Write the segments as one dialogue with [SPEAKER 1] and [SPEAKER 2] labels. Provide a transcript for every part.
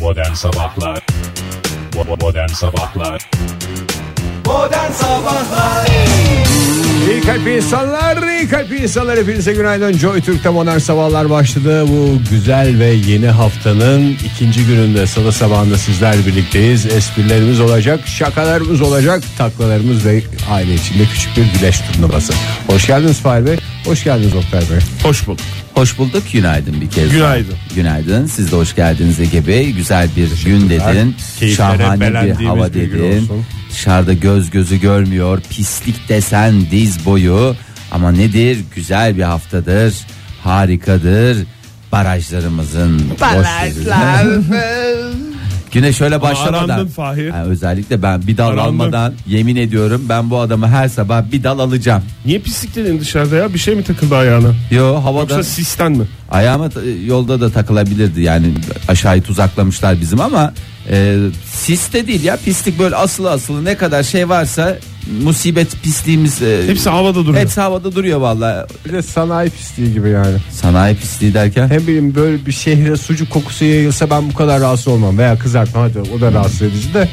[SPEAKER 1] Modern Sabahlar Bo- Modern Sabahlar
[SPEAKER 2] Modern Sabahlar
[SPEAKER 3] İyi kalp insanlar, iyi kalp insanlar hepinize günaydın. Joy Türk'te modern sabahlar başladı. Bu güzel ve yeni haftanın ikinci gününde salı sabahında sizler birlikteyiz. Esprilerimiz olacak, şakalarımız olacak, taklalarımız ve aile içinde küçük bir güleş turnuvası. Hoş geldiniz Fahir Bey, hoş geldiniz Oktay Bey.
[SPEAKER 4] Hoş bulduk.
[SPEAKER 5] Hoş bulduk. Günaydın bir kez. daha.
[SPEAKER 4] Günaydın.
[SPEAKER 5] Günaydın. Siz de hoş geldiniz Ege Bey. Güzel bir gün dedin.
[SPEAKER 4] Keyiflere
[SPEAKER 5] Şahane bir
[SPEAKER 4] belendiğimiz
[SPEAKER 5] hava
[SPEAKER 4] bir gün
[SPEAKER 5] dedin.
[SPEAKER 4] olsun.
[SPEAKER 5] Dışarıda göz gözü görmüyor. Pislik desen diz boyu. Ama nedir? Güzel bir haftadır. Harikadır. Barajlarımızın Barajlar. Güne şöyle başlamadan
[SPEAKER 4] arandın Fahir.
[SPEAKER 5] Ha, özellikle ben bir dal
[SPEAKER 4] Arandın.
[SPEAKER 5] almadan yemin ediyorum ben bu adamı her sabah bir dal alacağım.
[SPEAKER 4] Niye pislik dedin dışarıda ya? Bir şey mi takıldı ayağına?
[SPEAKER 5] Yo havada
[SPEAKER 4] Yoksa sisten mi?
[SPEAKER 5] Ayağıma t- yolda da takılabilirdi yani aşağıyı tuzaklamışlar bizim ama e, sis de değil ya pislik böyle asılı asılı ne kadar şey varsa musibet pisliğimiz e,
[SPEAKER 4] Hepsi havada duruyor.
[SPEAKER 5] hepsi havada duruyor valla
[SPEAKER 3] Bir de sanayi pisliği gibi yani.
[SPEAKER 5] sanayi pisliği derken
[SPEAKER 3] Hem bileyim böyle bir şehre sucuk kokusu yayılsa ben bu kadar rahatsız olmam. Veya kızartma hadi o da rahatsız edici de.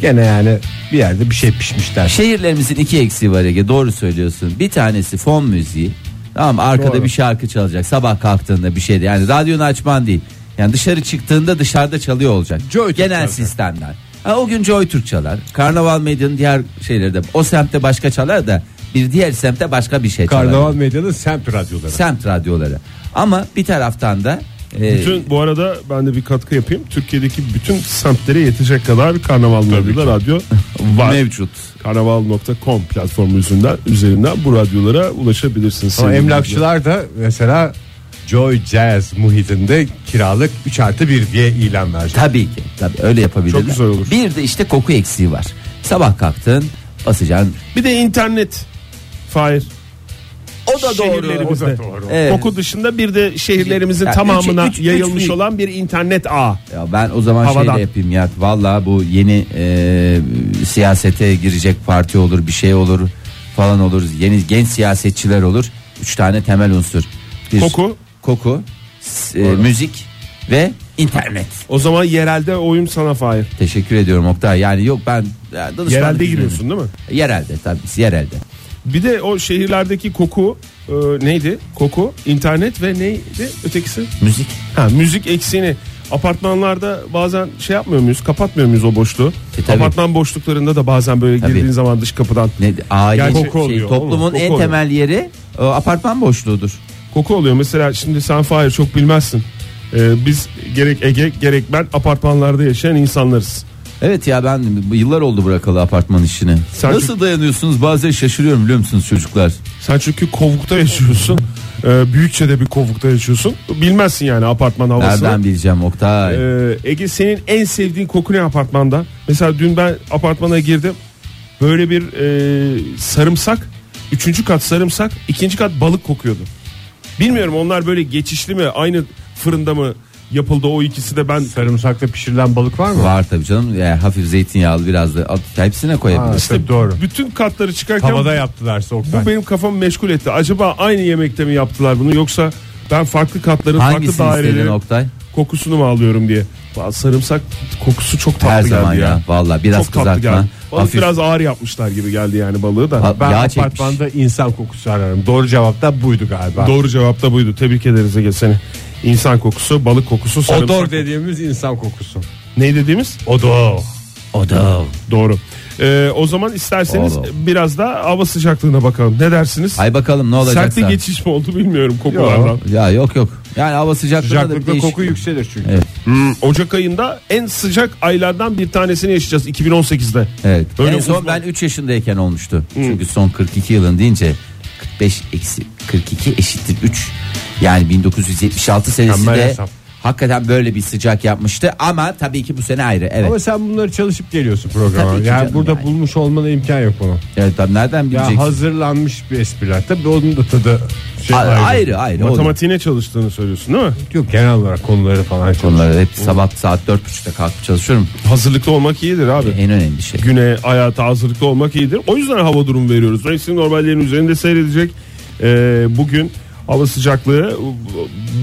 [SPEAKER 3] Gene yani bir yerde bir şey pişmiş der.
[SPEAKER 5] şehirlerimizin iki eksiği var Ege doğru söylüyorsun bir tanesi fon müziği tamam mı? arkada
[SPEAKER 3] Doğru.
[SPEAKER 5] bir şarkı çalacak sabah kalktığında bir şeydi yani radyonu açman değil yani dışarı çıktığında dışarıda çalıyor olacak
[SPEAKER 3] Joytürk
[SPEAKER 5] genel
[SPEAKER 3] çalacak.
[SPEAKER 5] sistemler ha, o gün Joy Türk çalar Karnaval Medya'nın diğer şeyleri de o semtte başka çalar da bir diğer semtte başka bir şey çalar
[SPEAKER 3] Karnaval Medya'nın semt radyoları.
[SPEAKER 5] semt radyoları ama bir taraftan da e,
[SPEAKER 4] Bütün bu arada ben de bir katkı yapayım. Türkiye'deki bütün semtlere yetecek kadar karnaval radyoda radyo var.
[SPEAKER 5] mevcut
[SPEAKER 4] Karnaval.com platformu üzerinden, üzerinden bu radyolara ulaşabilirsiniz.
[SPEAKER 3] Ama emlakçılar da mesela Joy Jazz muhitinde kiralık 3 artı 1 diye ilan verecek.
[SPEAKER 5] Tabii ki. Tabii öyle yapabilirler.
[SPEAKER 4] Çok güzel olur.
[SPEAKER 5] Bir de işte koku eksiği var. Sabah kalktın basacaksın.
[SPEAKER 4] Bir de internet. Fahir.
[SPEAKER 5] O da doğru.
[SPEAKER 4] Şehirlerimizde.
[SPEAKER 5] Evet.
[SPEAKER 4] Koku dışında bir de şehirlerimizin
[SPEAKER 5] Yani
[SPEAKER 4] tamamına
[SPEAKER 5] üç- üç- üç
[SPEAKER 4] yayılmış
[SPEAKER 5] büyük.
[SPEAKER 4] olan bir internet ağı.
[SPEAKER 5] Ya ben o zaman
[SPEAKER 4] Havadan.
[SPEAKER 5] şeyle yapayım ya. Valla bu yeni e, siyasete girecek parti olur bir şey olur falan olur. Yeni genç siyasetçiler olur. Üç tane temel unsur. Bir,
[SPEAKER 4] Koku.
[SPEAKER 5] Koku. s- e, müzik ve internet.
[SPEAKER 4] O zaman yerelde oyum sana Fahir.
[SPEAKER 5] Teşekkür ediyorum Oktay. Yani yok ben ya, danışmanlık
[SPEAKER 4] Yerelde
[SPEAKER 5] üzerine.
[SPEAKER 4] giriyorsun değil mi?
[SPEAKER 5] Yerelde tabii biz yerelde.
[SPEAKER 4] Bir de o şehirlerdeki koku e, neydi? Koku, internet ve neydi ötekisi?
[SPEAKER 5] Müzik.
[SPEAKER 4] Ha, müzik eksiğini apartmanlarda bazen şey yapmıyor muyuz? Kapatmıyor muyuz o boşluğu?
[SPEAKER 5] E, tabii.
[SPEAKER 4] Apartman boşluklarında da bazen böyle
[SPEAKER 5] Tabii.
[SPEAKER 4] girdiğin zaman dış kapıdan
[SPEAKER 5] Ne, aile
[SPEAKER 4] Gerçi-
[SPEAKER 5] şey,
[SPEAKER 4] Koku oluyor,
[SPEAKER 5] toplumun
[SPEAKER 4] oğlum, koku
[SPEAKER 5] en
[SPEAKER 4] oluyor.
[SPEAKER 5] temel yeri e, apartman boşluğudur.
[SPEAKER 4] koku oluyor. Mesela şimdi sen Fahir çok bilmezsin. E, biz gerek Ege gerek ben apartmanlarda yaşayan insanlarız.
[SPEAKER 5] Evet ya ben bu yıllar oldu bırakalı apartman işini.
[SPEAKER 4] Sen
[SPEAKER 5] Nasıl dayanıyorsunuz? Bazen şaşırıyorum biliyor musunuz çocuklar?
[SPEAKER 4] Sen çünkü kovukta yaşıyorsun. E, büyükçe de bir kovukta yaşıyorsun. Bilmezsin yani apartman havasını.
[SPEAKER 5] Nereden bileceğim Oktay?
[SPEAKER 4] Ee, Ege senin en sevdiğin koku ne apartmanda? Mesela dün ben apartmana girdim. Böyle bir e, sarımsak, üçüncü kat sarımsak, ikinci kat balık kokuyordu. Bilmiyorum onlar böyle geçişli mi, aynı fırında mı yapıldı o ikisi de ben
[SPEAKER 3] Sarımsakla pişirilen balık var mı?
[SPEAKER 5] Var tabii canım. Yani hafif zeytinyağlı biraz da at, hepsine
[SPEAKER 3] Ha,
[SPEAKER 5] koyabiliriz.
[SPEAKER 3] tabii doğru.
[SPEAKER 4] bütün katları çıkarken
[SPEAKER 3] Tavada yaptılar
[SPEAKER 4] bu
[SPEAKER 3] soğuktan.
[SPEAKER 4] benim kafamı meşgul etti. Acaba aynı yemekte mi yaptılar bunu yoksa ben farklı katların
[SPEAKER 5] Hangisini
[SPEAKER 4] farklı
[SPEAKER 5] istedin
[SPEAKER 4] dairelerin
[SPEAKER 5] Oktay?
[SPEAKER 4] kokusunu mu alıyorum diye. Vallahi Sarımsak kokusu çok tatlı
[SPEAKER 5] Her
[SPEAKER 4] geldi
[SPEAKER 5] zaman ya.
[SPEAKER 4] ya.
[SPEAKER 5] Valla biraz
[SPEAKER 4] çok tatlı
[SPEAKER 5] kızartma.
[SPEAKER 4] geldi. Balık
[SPEAKER 5] Hafif
[SPEAKER 4] biraz ağır yapmışlar gibi geldi yani balığı da.
[SPEAKER 5] Ha-
[SPEAKER 3] Ben
[SPEAKER 5] Yağ çekmiş.
[SPEAKER 3] apartmanda insan kokusu ararım. Doğru cevap da buydu galiba.
[SPEAKER 4] Doğru cevap da buydu. Tebrik ederiz Ege seni. İnsan kokusu, balık kokusu, sarımsak.
[SPEAKER 3] Odor dediğimiz insan kokusu.
[SPEAKER 4] Ne dediğimiz? Odor.
[SPEAKER 5] o da.
[SPEAKER 4] Doğru. Ee, o zaman isterseniz
[SPEAKER 5] Odor.
[SPEAKER 4] biraz da hava sıcaklığına bakalım. Ne dersiniz?
[SPEAKER 5] Hay bakalım ne olacak?
[SPEAKER 4] Sertli geçiş mi oldu bilmiyorum kokulardan.
[SPEAKER 5] Ya yok yok. Yani hava sıcaklığında da bir
[SPEAKER 3] Sıcaklıkla
[SPEAKER 5] değişik-
[SPEAKER 3] koku yükselir çünkü.
[SPEAKER 5] Evet.
[SPEAKER 4] Hmm, Ocak ayında en sıcak aylardan bir tanesini yaşayacağız 2018'de.
[SPEAKER 5] Evet.
[SPEAKER 4] Öyle
[SPEAKER 5] en son
[SPEAKER 4] uzman-
[SPEAKER 5] ben 3 yaşındayken olmuştu. Çünkü son 42 yılın deyince 45 eksi 42 eşittir 3. Yani 1976
[SPEAKER 3] Mükemmel
[SPEAKER 5] senesinde
[SPEAKER 3] hesap.
[SPEAKER 5] hakikaten böyle bir sıcak yapmıştı ama tabii ki bu sene ayrı. Evet.
[SPEAKER 3] Ama sen bunları çalışıp geliyorsun programa.
[SPEAKER 5] Tabii ki
[SPEAKER 3] yani
[SPEAKER 5] canım
[SPEAKER 3] burada
[SPEAKER 5] yani.
[SPEAKER 3] bulmuş olmana imkan yok bunun.
[SPEAKER 5] evet tabii nereden
[SPEAKER 3] Ya
[SPEAKER 5] bileceksin?
[SPEAKER 3] hazırlanmış bir espriler. Tabii onun da tadı şey
[SPEAKER 5] A- ayrı
[SPEAKER 3] ayrı.
[SPEAKER 5] ayrı. ayrı Matematik
[SPEAKER 4] Matematiğine çalıştığını söylüyorsun değil mi?
[SPEAKER 3] Yok genel olarak konuları falan çalışıyor.
[SPEAKER 5] konuları hep sabah saat 4.30'da kalkıp çalışıyorum.
[SPEAKER 4] Hazırlıklı olmak iyidir abi.
[SPEAKER 5] En önemli şey.
[SPEAKER 4] güne hayata hazırlıklı olmak iyidir. O yüzden hava durumu veriyoruz. Hepsini normallerin üzerinde seyredecek. e, Ee, bugün hava sıcaklığı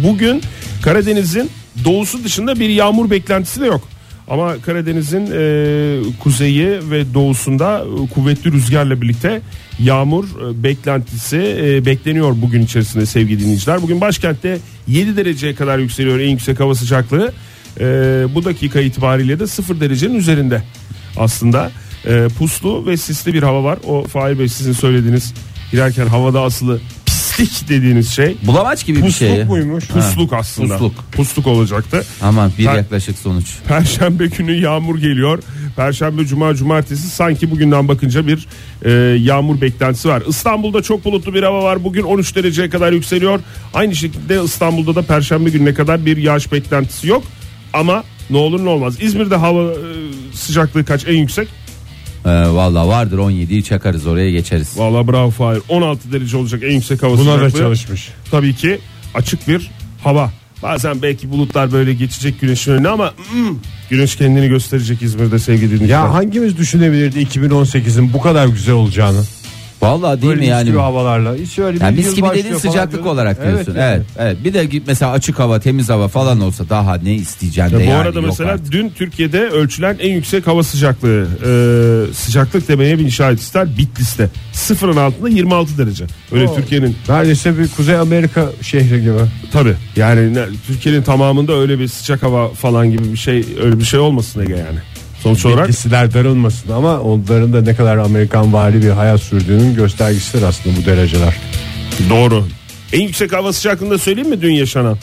[SPEAKER 4] bugün Karadeniz'in doğusu dışında bir yağmur beklentisi de yok. Ama Karadeniz'in e, kuzeyi ve doğusunda e, kuvvetli rüzgarla birlikte yağmur e, beklentisi e, bekleniyor bugün içerisinde sevgili dinleyiciler. Bugün başkentte 7 dereceye kadar yükseliyor en yüksek hava sıcaklığı. E, bu dakika itibariyle de 0 derecenin üzerinde aslında. E, puslu ve sisli bir hava var. O Fahir Bey sizin söylediğiniz girerken havada asılı pislik dediğiniz şey.
[SPEAKER 5] Bulamaç gibi bir
[SPEAKER 4] Pusluk
[SPEAKER 5] şey.
[SPEAKER 4] muymuş? Pusluk aslında.
[SPEAKER 5] pusluk.
[SPEAKER 4] Pusluk olacaktı.
[SPEAKER 5] Aman bir
[SPEAKER 4] Ben-
[SPEAKER 5] yaklaşık sonuç.
[SPEAKER 4] Perşembe günü yağmur geliyor. Perşembe, cuma, cumartesi sanki bugünden bakınca bir e, yağmur beklentisi var. İstanbul'da çok bulutlu bir hava var. Bugün 13 dereceye kadar yükseliyor. Aynı şekilde İstanbul'da da perşembe gününe kadar bir yağış beklentisi yok. Ama ne olur ne olmaz. İzmir'de hava e, sıcaklığı kaç en yüksek?
[SPEAKER 5] Ee, Valla vardır 17'yi çakarız oraya geçeriz.
[SPEAKER 4] Valla bravo Fahir. 16 derece olacak en yüksek hava
[SPEAKER 3] Buna da
[SPEAKER 4] sıcaklığı.
[SPEAKER 3] çalışmış.
[SPEAKER 4] Tabii ki açık bir hava. Bazen belki bulutlar böyle geçecek güneşin önüne ama mm, güneş kendini gösterecek İzmir'de sevgili dinleyiciler.
[SPEAKER 3] Ya hangimiz düşünebilirdi 2018'in bu kadar güzel olacağını?
[SPEAKER 5] Valla değil
[SPEAKER 3] Böyle
[SPEAKER 5] mi
[SPEAKER 3] mis
[SPEAKER 5] yani?
[SPEAKER 3] gibi havalarla. Hiç öyle
[SPEAKER 5] Yani
[SPEAKER 3] bir
[SPEAKER 5] mis
[SPEAKER 3] yıl
[SPEAKER 5] gibi
[SPEAKER 3] başlıyor
[SPEAKER 5] dediğin
[SPEAKER 3] falan
[SPEAKER 5] sıcaklık
[SPEAKER 3] diyorduk.
[SPEAKER 5] olarak diyorsun. Evet, evet, Bir de git mesela açık hava, temiz hava falan olsa daha ne isteyeceksin de
[SPEAKER 4] Bu
[SPEAKER 5] yani.
[SPEAKER 4] arada
[SPEAKER 5] Yok
[SPEAKER 4] mesela
[SPEAKER 5] artık.
[SPEAKER 4] dün Türkiye'de ölçülen en yüksek hava sıcaklığı e, sıcaklık demeye bir şahit ister Bitlis'te sıfırın altında 26 derece. Öyle Türkiye'nin
[SPEAKER 3] Neredeyse bir Kuzey Amerika şehri gibi.
[SPEAKER 4] tabi yani ne- Türkiye'nin tamamında öyle bir sıcak hava falan gibi bir şey öyle bir şey olmasın Ege yani. Sonuç olarak
[SPEAKER 3] Bitkisiler darılmasın ama onların da ne kadar Amerikan vari bir hayat sürdüğünün göstergesidir aslında bu dereceler.
[SPEAKER 4] doğru. En yüksek hava sıcaklığında söyleyeyim mi dün yaşanan?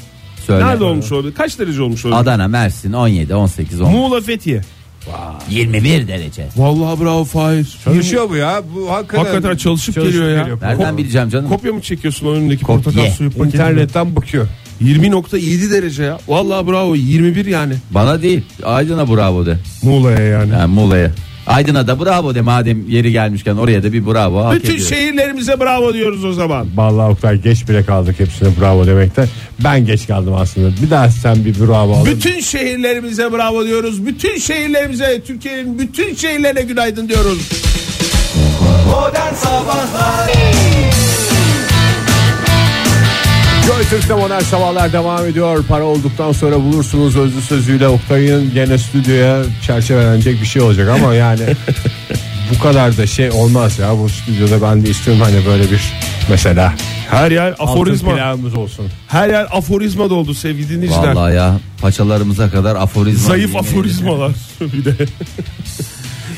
[SPEAKER 5] Söyle.
[SPEAKER 4] Nerede olmuş olabilir? Kaç derece olmuş olabilir?
[SPEAKER 5] Adana, Mersin 17, 18, 10.
[SPEAKER 4] Muğla Fethiye.
[SPEAKER 5] 21 derece.
[SPEAKER 4] Vallahi bravo Fahir.
[SPEAKER 3] Çalışıyor bu ya. Bu hakikaten,
[SPEAKER 4] Hakikaten çalışıp geliyor ya.
[SPEAKER 5] Nereden
[SPEAKER 4] Ko-
[SPEAKER 5] bileceğim canım?
[SPEAKER 4] Kopya mı çekiyorsun o önündeki
[SPEAKER 5] Kopya.
[SPEAKER 4] portakal suyu paketini?
[SPEAKER 3] İnternetten bakıyor.
[SPEAKER 4] 20.7 derece ya. Vallahi bravo 21 yani.
[SPEAKER 5] Bana değil. Aydın'a bravo de.
[SPEAKER 3] Muğla'ya yani.
[SPEAKER 5] Yani Muğla'ya. Aydın'a da bravo de madem yeri gelmişken oraya da bir bravo hak
[SPEAKER 4] Bütün
[SPEAKER 5] ediyor.
[SPEAKER 4] şehirlerimize bravo diyoruz o zaman.
[SPEAKER 3] Vallahi Oktay geç bile kaldık hepsine bravo demekten. Ben geç kaldım aslında. Bir daha sen bir bravo al.
[SPEAKER 4] Bütün şehirlerimize bravo diyoruz. Bütün şehirlerimize, Türkiye'nin bütün şehirlerine günaydın diyoruz.
[SPEAKER 2] Modern Sabahlar
[SPEAKER 3] Joy Türk'te modern sabahlar devam ediyor. Para olduktan sonra bulursunuz özlü sözüyle Oktay'ın gene stüdyoya çerçevelenecek bir şey olacak ama yani bu kadar da şey olmaz ya bu stüdyoda ben de istiyorum hani böyle bir mesela
[SPEAKER 4] Her yer
[SPEAKER 3] altın
[SPEAKER 4] aforizma.
[SPEAKER 3] planımız olsun.
[SPEAKER 4] Her yer aforizma doldu sevgili dinleyiciler.
[SPEAKER 5] Vallahi ya paçalarımıza kadar aforizma.
[SPEAKER 4] Zayıf
[SPEAKER 5] yemin ederim.
[SPEAKER 4] aforizmalar bir de.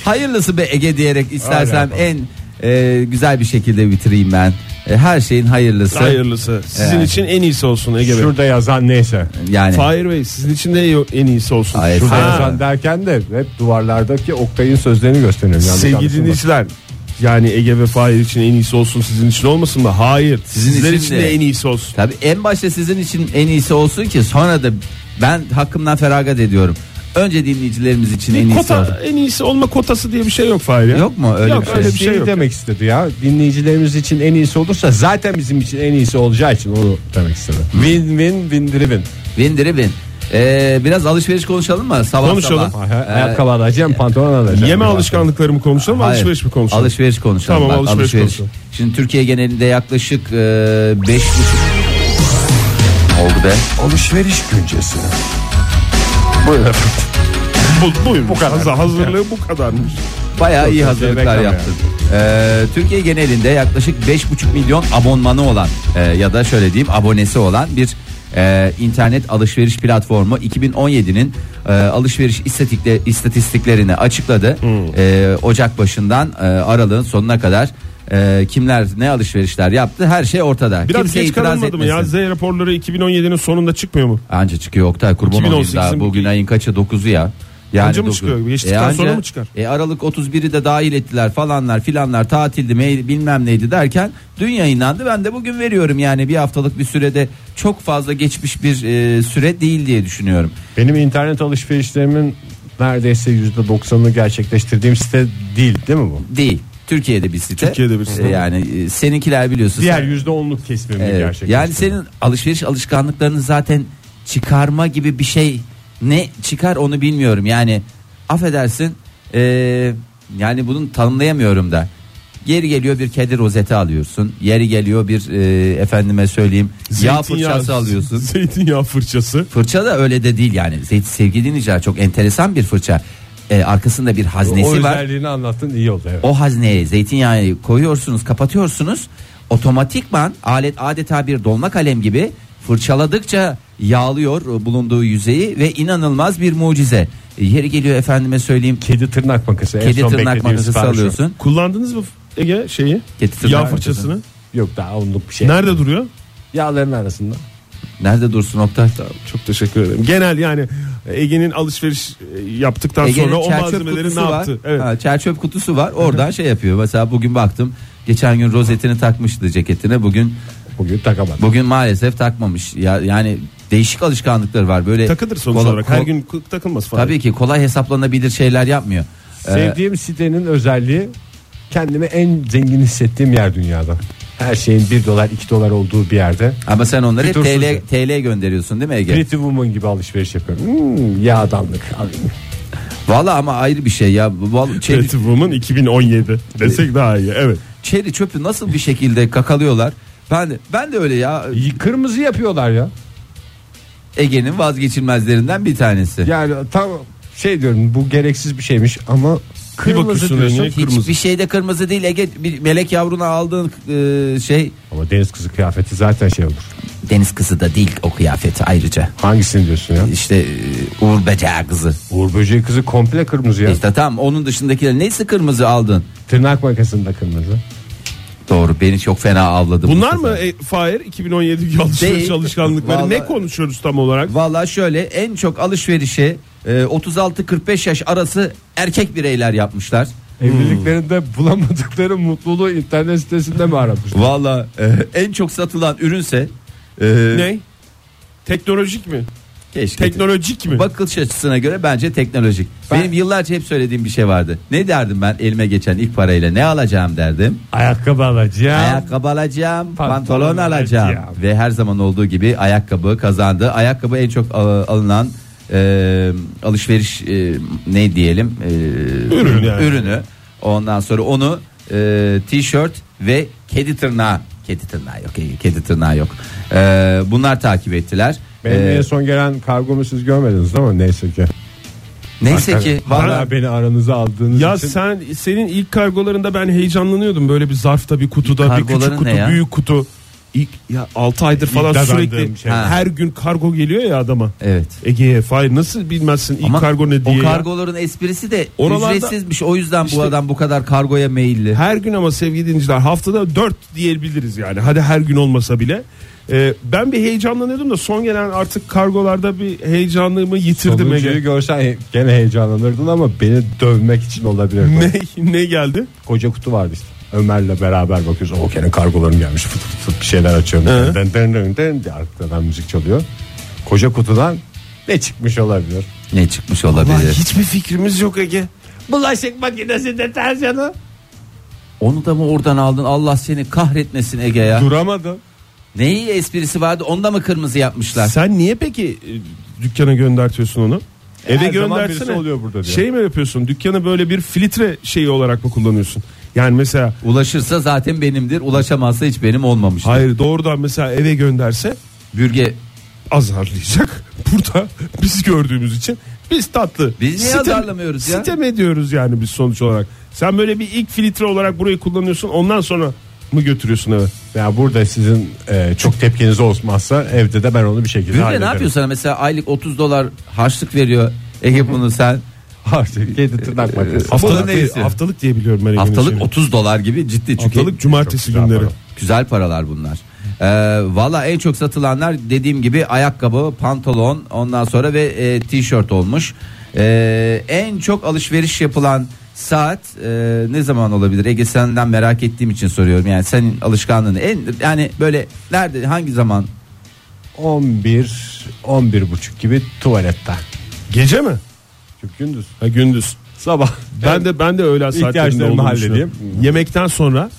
[SPEAKER 5] Hayırlısı be Ege diyerek istersem en e, güzel bir şekilde bitireyim ben. E, her şeyin hayırlısı.
[SPEAKER 4] Hayırlısı. Sizin
[SPEAKER 5] Evet.
[SPEAKER 4] için en iyisi olsun Ege Bey.
[SPEAKER 3] Şurada yazan neyse.
[SPEAKER 5] Yani
[SPEAKER 4] Fahir Bey sizin için de en iyisi olsun.
[SPEAKER 5] Hayır,
[SPEAKER 3] Şurada
[SPEAKER 5] Ha.
[SPEAKER 3] yazan derken de hep duvarlardaki Oktay'ın sözlerini gösteriyorum. Yanlış
[SPEAKER 4] Sevgili
[SPEAKER 3] anlaşılmasın.
[SPEAKER 4] dinleyiciler yani Ege ve Fahir için en iyisi olsun sizin için olmasın mı? Hayır.
[SPEAKER 5] Sizin
[SPEAKER 4] Sizler
[SPEAKER 5] için
[SPEAKER 4] için,
[SPEAKER 5] de.
[SPEAKER 4] de en iyisi olsun.
[SPEAKER 5] Tabii en başta sizin için en iyisi olsun ki sonra da ben hakkımdan feragat ediyorum. Önce dinleyicilerimiz için en iyisi olsun.
[SPEAKER 4] Kota, en iyisi olma kotası diye bir şey yok Fahir. ya.
[SPEAKER 5] Yok mu öyle
[SPEAKER 4] Yok,
[SPEAKER 5] bir şey?
[SPEAKER 4] öyle
[SPEAKER 3] bir şey
[SPEAKER 4] yok.
[SPEAKER 3] demek istedi ya. Dinleyicilerimiz için en iyisi olursa zaten bizim için en iyisi olacağı için onu demek istedi. Win win win driven.
[SPEAKER 5] Win diri win. Ee, biraz alışveriş konuşalım mı? Sabah
[SPEAKER 4] Konuşalım.
[SPEAKER 5] sabah.
[SPEAKER 3] Aha,
[SPEAKER 5] Ee,
[SPEAKER 3] Ayakkabı alacağım, pantolon alacağım.
[SPEAKER 4] Yeme alışkanlıklarımı konuşalım,
[SPEAKER 5] hayır.
[SPEAKER 4] alışveriş mi konuşalım?
[SPEAKER 5] Alışveriş konuşalım.
[SPEAKER 4] Tamam,
[SPEAKER 5] Bak,
[SPEAKER 4] alışveriş konuşalım.
[SPEAKER 5] Şimdi Türkiye genelinde yaklaşık 5 buçuk oldu be.
[SPEAKER 3] Alışveriş güncesi.
[SPEAKER 4] Bu, buymuş. Hazır- hazırlığı bu kadarmış.
[SPEAKER 5] Bayağı iyi
[SPEAKER 3] yok,
[SPEAKER 5] hazırlıklar
[SPEAKER 4] Şey
[SPEAKER 3] bekleme ya.
[SPEAKER 5] yaptın. Ee, Türkiye genelinde yaklaşık 5,5 milyon abonmanı olan e, ya da şöyle diyeyim abonesi olan bir e, internet alışveriş platformu 2017'nin e, alışveriş istatikle, istatistiklerini açıkladı. E, Ocak başından e, aralığın sonuna kadar e, kimler ne alışverişler yaptı her şey ortada.
[SPEAKER 4] Biraz
[SPEAKER 5] Kimse
[SPEAKER 4] geç
[SPEAKER 5] itiraz
[SPEAKER 4] kalınmadı mı ya?
[SPEAKER 5] etmesin.
[SPEAKER 4] Z raporları 2017'nin sonunda çıkmıyor mu?
[SPEAKER 5] Anca çıkıyor Oktay kurban olayım
[SPEAKER 4] 2018'in
[SPEAKER 5] daha bugün ayın kaçı 9'u ya. Yani
[SPEAKER 4] Anca mı
[SPEAKER 5] dokuz.
[SPEAKER 4] çıkıyor? Geçtikten sonra mı çıkar?
[SPEAKER 5] E Aralık 31'i de dahil ettiler falanlar filanlar tatildi mail bilmem neydi derken dün yayınlandı. Ben de bugün veriyorum yani bir haftalık bir sürede çok fazla geçmiş bir e, süre değil diye düşünüyorum.
[SPEAKER 3] Benim internet alışverişlerimin neredeyse %90'ını gerçekleştirdiğim site değil değil mi bu?
[SPEAKER 5] Değil. Türkiye'de bir site.
[SPEAKER 4] Türkiye'de bir site.
[SPEAKER 5] E, yani e, seninkiler biliyorsun.
[SPEAKER 3] Diğer
[SPEAKER 5] Sen-
[SPEAKER 3] %10'luk kesimimi
[SPEAKER 5] Evet.
[SPEAKER 3] gerçekleştirdim.
[SPEAKER 5] Yani senin alışveriş alışkanlıklarını zaten çıkarma gibi bir şey ne çıkar onu bilmiyorum. Yani affedersin eee, yani bunu e, tanımlayamıyorum da. Yeri geliyor bir kedi rozeti alıyorsun. Yeri geliyor bir e, efendime söyleyeyim yağ fırçası alıyorsun.
[SPEAKER 4] Zeytinyağı fırçası.
[SPEAKER 5] Fırça da öyle de değil yani. Zeyt sevgili dinleyiciler çok enteresan bir fırça. Ee, arkasında bir haznesi
[SPEAKER 3] o
[SPEAKER 5] var.
[SPEAKER 3] özelliğini anlattın iyi oldu. Evet.
[SPEAKER 5] O hazneye zeytinyağı koyuyorsunuz, kapatıyorsunuz. Otomatikman alet adeta bir dolma kalem gibi fırçaladıkça yağlıyor e, bulunduğu yüzeyi ve inanılmaz bir mucize. E, Yeri geliyor efendime söyleyeyim.
[SPEAKER 3] Kedi tırnak makası. en
[SPEAKER 5] Kedi
[SPEAKER 3] son
[SPEAKER 5] tırnak
[SPEAKER 3] beklediğim
[SPEAKER 5] makası
[SPEAKER 3] sipariş o.
[SPEAKER 5] alıyorsun.
[SPEAKER 4] Kullandınız mı Ege şeyi?
[SPEAKER 5] Kedi tırnak
[SPEAKER 4] Yağ
[SPEAKER 5] makası.
[SPEAKER 4] fırçasını.
[SPEAKER 3] Yok daha onluk bir şey.
[SPEAKER 4] Nerede duruyor?
[SPEAKER 3] Yağların arasında.
[SPEAKER 5] Nerede dursun Oktay?
[SPEAKER 4] Çok teşekkür ederim. Genel yani Ege'nin alışveriş e, yaptıktan
[SPEAKER 5] Ege'nin
[SPEAKER 4] sonra o
[SPEAKER 5] çer çöp
[SPEAKER 4] malzemeleri
[SPEAKER 5] kutusu
[SPEAKER 4] ne yaptı?
[SPEAKER 5] Var.
[SPEAKER 4] Evet.
[SPEAKER 5] Ha, çer çöp kutusu var. Oradan şey yapıyor. Mesela bugün baktım. Geçen gün rozetini takmıştı ceketine. Bugün
[SPEAKER 3] Bugün takamadım.
[SPEAKER 5] Bugün maalesef takmamış. Ya, yani değişik alışkanlıkları var. Böyle
[SPEAKER 4] Takıdır sonuç
[SPEAKER 5] kola-
[SPEAKER 4] olarak. Her
[SPEAKER 5] ko-
[SPEAKER 4] gün k- takılmaz falan.
[SPEAKER 5] tabii ki kolay hesaplanabilir şeyler yapmıyor. Ee,
[SPEAKER 3] Sevdiğim sitenin özelliği kendimi en zengin hissettiğim yer dünyada. Her şeyin 1 dolar 2 dolar olduğu bir yerde.
[SPEAKER 5] ama sen onları hep
[SPEAKER 3] Fütursuzca.
[SPEAKER 5] TL, TL gönderiyorsun değil mi Ege?
[SPEAKER 3] Pretty Woman gibi alışveriş yapıyorum. Hmm, yağdanlık alayım.
[SPEAKER 5] Valla ama ayrı bir şey ya. Vallahi Çeri,
[SPEAKER 4] Pretty Woman 2017 desek daha iyi. Evet.
[SPEAKER 5] çeri çöpü nasıl bir şekilde kakalıyorlar? Ben de, ben de öyle ya.
[SPEAKER 3] Y- Kırmızı yapıyorlar ya.
[SPEAKER 5] Ege'nin vazgeçilmezlerinden bir tanesi.
[SPEAKER 3] Yani tam şey diyorum bu gereksiz bir şeymiş ama kırmızı
[SPEAKER 4] bakıyorsun
[SPEAKER 3] diyorsun.
[SPEAKER 4] önüne. kırmızı.
[SPEAKER 5] Hiçbir şey de kırmızı değil Ege. Bir melek yavruna aldığın e, şey
[SPEAKER 3] Ama deniz kızı kıyafeti zaten şey olur.
[SPEAKER 5] deniz kızı da değil o kıyafeti ayrıca.
[SPEAKER 3] Hangisini diyorsun ya?
[SPEAKER 5] İşte e, Uğur Becer kızı.
[SPEAKER 3] Uğur Böceği kızı komple kırmızı ya.
[SPEAKER 5] İşte tamam onun dışındakiler neyse kırmızı aldın.
[SPEAKER 3] Tırnak makasında kırmızı.
[SPEAKER 5] Doğru beni çok fena avladı. bu
[SPEAKER 4] Bunlar
[SPEAKER 5] sefer.
[SPEAKER 4] mı e, Fahir 2017 alışveriş
[SPEAKER 5] Değil.
[SPEAKER 4] alışkanlıkları? Ne
[SPEAKER 5] Vallahi-
[SPEAKER 4] konuşuyoruz tam olarak?
[SPEAKER 5] Valla şöyle en çok alışverişi e, 36-45 yaş arası erkek bireyler yapmışlar.
[SPEAKER 3] Evliliklerinde bulamadıkları mutluluğu internet sitesinde mi aramışlar?
[SPEAKER 5] Valla e, en çok satılan ürünse e,
[SPEAKER 4] Ne? Teknolojik mi?
[SPEAKER 5] Keşke.
[SPEAKER 4] Teknolojik mi?
[SPEAKER 5] Bakış açısına göre bence teknolojik.
[SPEAKER 3] Ben-
[SPEAKER 5] Benim yıllarca hep söylediğim bir şey vardı. Ne derdim ben elime geçen ilk parayla ne alacağım derdim.
[SPEAKER 3] Ayakkabı alacağım.
[SPEAKER 5] Ayakkabı alacağım, pantolon,
[SPEAKER 3] Pantolon
[SPEAKER 5] alacağım.
[SPEAKER 3] alacağım.
[SPEAKER 5] Ve her zaman olduğu gibi ayakkabı kazandı. Ayakkabı en çok al- alınan e, alışveriş e, ne diyelim? e,
[SPEAKER 4] Ürün yani.
[SPEAKER 5] Ürünü. Ondan sonra onu e, tişört ve kedi tırnağı. Kedi tırnağı yok. e, Kedi tırnağı yok. E, bunlar takip ettiler.
[SPEAKER 3] Benim
[SPEAKER 5] E,
[SPEAKER 3] en son gelen kargomu siz görmediniz ama neyse ki.
[SPEAKER 5] neyse ki vallahi
[SPEAKER 3] Valla beni aranıza aldığınız
[SPEAKER 4] Ya
[SPEAKER 3] için
[SPEAKER 4] sen senin ilk kargolarında ben heyecanlanıyordum böyle bir zarfta bir kutuda bir
[SPEAKER 5] kargoların
[SPEAKER 4] küçük kutu
[SPEAKER 5] ne ya?
[SPEAKER 4] büyük kutu. İlk, ya 6 aydır falan
[SPEAKER 3] dadandığım
[SPEAKER 4] sürekli
[SPEAKER 3] şey.
[SPEAKER 5] Ha.
[SPEAKER 4] her gün kargo geliyor ya adama.
[SPEAKER 5] evet.
[SPEAKER 4] Ege'ye Fahir nasıl bilmezsin ilk
[SPEAKER 5] Ama
[SPEAKER 4] kargo ne diye.
[SPEAKER 5] o
[SPEAKER 4] ya?
[SPEAKER 5] kargoların esprisi de
[SPEAKER 4] Oralarda-
[SPEAKER 5] ücretsizmiş. O yüzden bu
[SPEAKER 4] İşte-
[SPEAKER 5] adam bu kadar kargoya meyilli.
[SPEAKER 4] Her gün ama sevgili dinleyiciler haftada 4 diyebiliriz yani. Hadi her gün olmasa bile. Ee, ben bir heyecanlanıyordum da son gelen artık kargolarda bir heyecanlığımı yitirdim
[SPEAKER 3] sonuncuyu
[SPEAKER 4] Ege.
[SPEAKER 3] görsen he- gene heyecanlanırdın ama beni dövmek için olabilir. bu.
[SPEAKER 4] Ne, ne geldi?
[SPEAKER 3] Koca kutu vardı işte. Ömer'le beraber bakıyoruz. O gene kargolarım gelmiş. Fıt fıt fıt bir şeyler açıyorum.
[SPEAKER 4] Hı.
[SPEAKER 3] Den den den den diye arkadan müzik çalıyor. Koca kutudan ne çıkmış olabilir?
[SPEAKER 5] Ne çıkmış
[SPEAKER 4] Lan
[SPEAKER 5] olabilir?
[SPEAKER 4] hiçbir fikrimiz yok Ege.
[SPEAKER 3] Bulaşık makinesi deterjanı.
[SPEAKER 5] Onu da mı oradan aldın? Allah seni kahretmesin Ege ya.
[SPEAKER 4] Duramadım.
[SPEAKER 5] Neyi esprisi vardı? Onda mı kırmızı yapmışlar?
[SPEAKER 4] Sen niye peki e, dükkana göndertiyorsun onu? Eve
[SPEAKER 3] E, her zaman
[SPEAKER 4] göndersene.
[SPEAKER 3] birisi oluyor burada diyor.
[SPEAKER 4] Şey mi yapıyorsun? Dükkanı böyle bir filtre şeyi olarak mı kullanıyorsun? Yani mesela
[SPEAKER 5] Ulaşırsa zaten benimdir. Ulaşamazsa hiç benim olmamıştır.
[SPEAKER 4] hayır doğrudan mesela eve gönderse
[SPEAKER 5] Bürge
[SPEAKER 4] azarlayacak. Burada biz gördüğümüz için biz tatlı.
[SPEAKER 5] Biz niye
[SPEAKER 4] Sitem-
[SPEAKER 5] azarlamıyoruz ya?
[SPEAKER 4] Sitem ediyoruz yani biz sonuç olarak. Sen böyle bir ilk filtre olarak burayı kullanıyorsun ondan sonra mı götürüyorsun eve?
[SPEAKER 3] Ya burada sizin e, çok tepkiniz olmazsa evde de ben onu bir şekilde
[SPEAKER 5] bürge ne
[SPEAKER 3] hallederim.
[SPEAKER 5] yapıyor sana? Mesela aylık 30 dolar harçlık veriyor. Ege bunu sen
[SPEAKER 3] Artık yedi tırnak makinesi.
[SPEAKER 5] Haftalık
[SPEAKER 4] Haftalık,
[SPEAKER 5] neyse.
[SPEAKER 4] diye- haftalık diye biliyorum ben. evin
[SPEAKER 5] haftalık
[SPEAKER 4] işini.
[SPEAKER 5] 30 dolar gibi ciddi çünkü
[SPEAKER 4] haftalık cumartesi
[SPEAKER 3] Çok güzel
[SPEAKER 4] günleri.
[SPEAKER 3] para.
[SPEAKER 5] güzel paralar bunlar. Ee, Valla en çok satılanlar dediğim gibi ayakkabı, pantolon ondan sonra ve e, tişört olmuş. Ee, en çok alışveriş yapılan saat e, ne zaman olabilir? Ege senden merak ettiğim için soruyorum. Yani senin alışkanlığını en yani böyle nerede hangi zaman
[SPEAKER 3] 11 11 buçuk gibi tuvalette.
[SPEAKER 4] Gece mi?
[SPEAKER 3] Çünkü gündüz.
[SPEAKER 4] Ha, gündüz.
[SPEAKER 3] Sabah.
[SPEAKER 4] Ben de ben de öğlen saatlerinde
[SPEAKER 3] İhtiyaçlarımı
[SPEAKER 4] olduğunu
[SPEAKER 3] halledeyim.
[SPEAKER 4] düşünüyorum. Yemekten sonra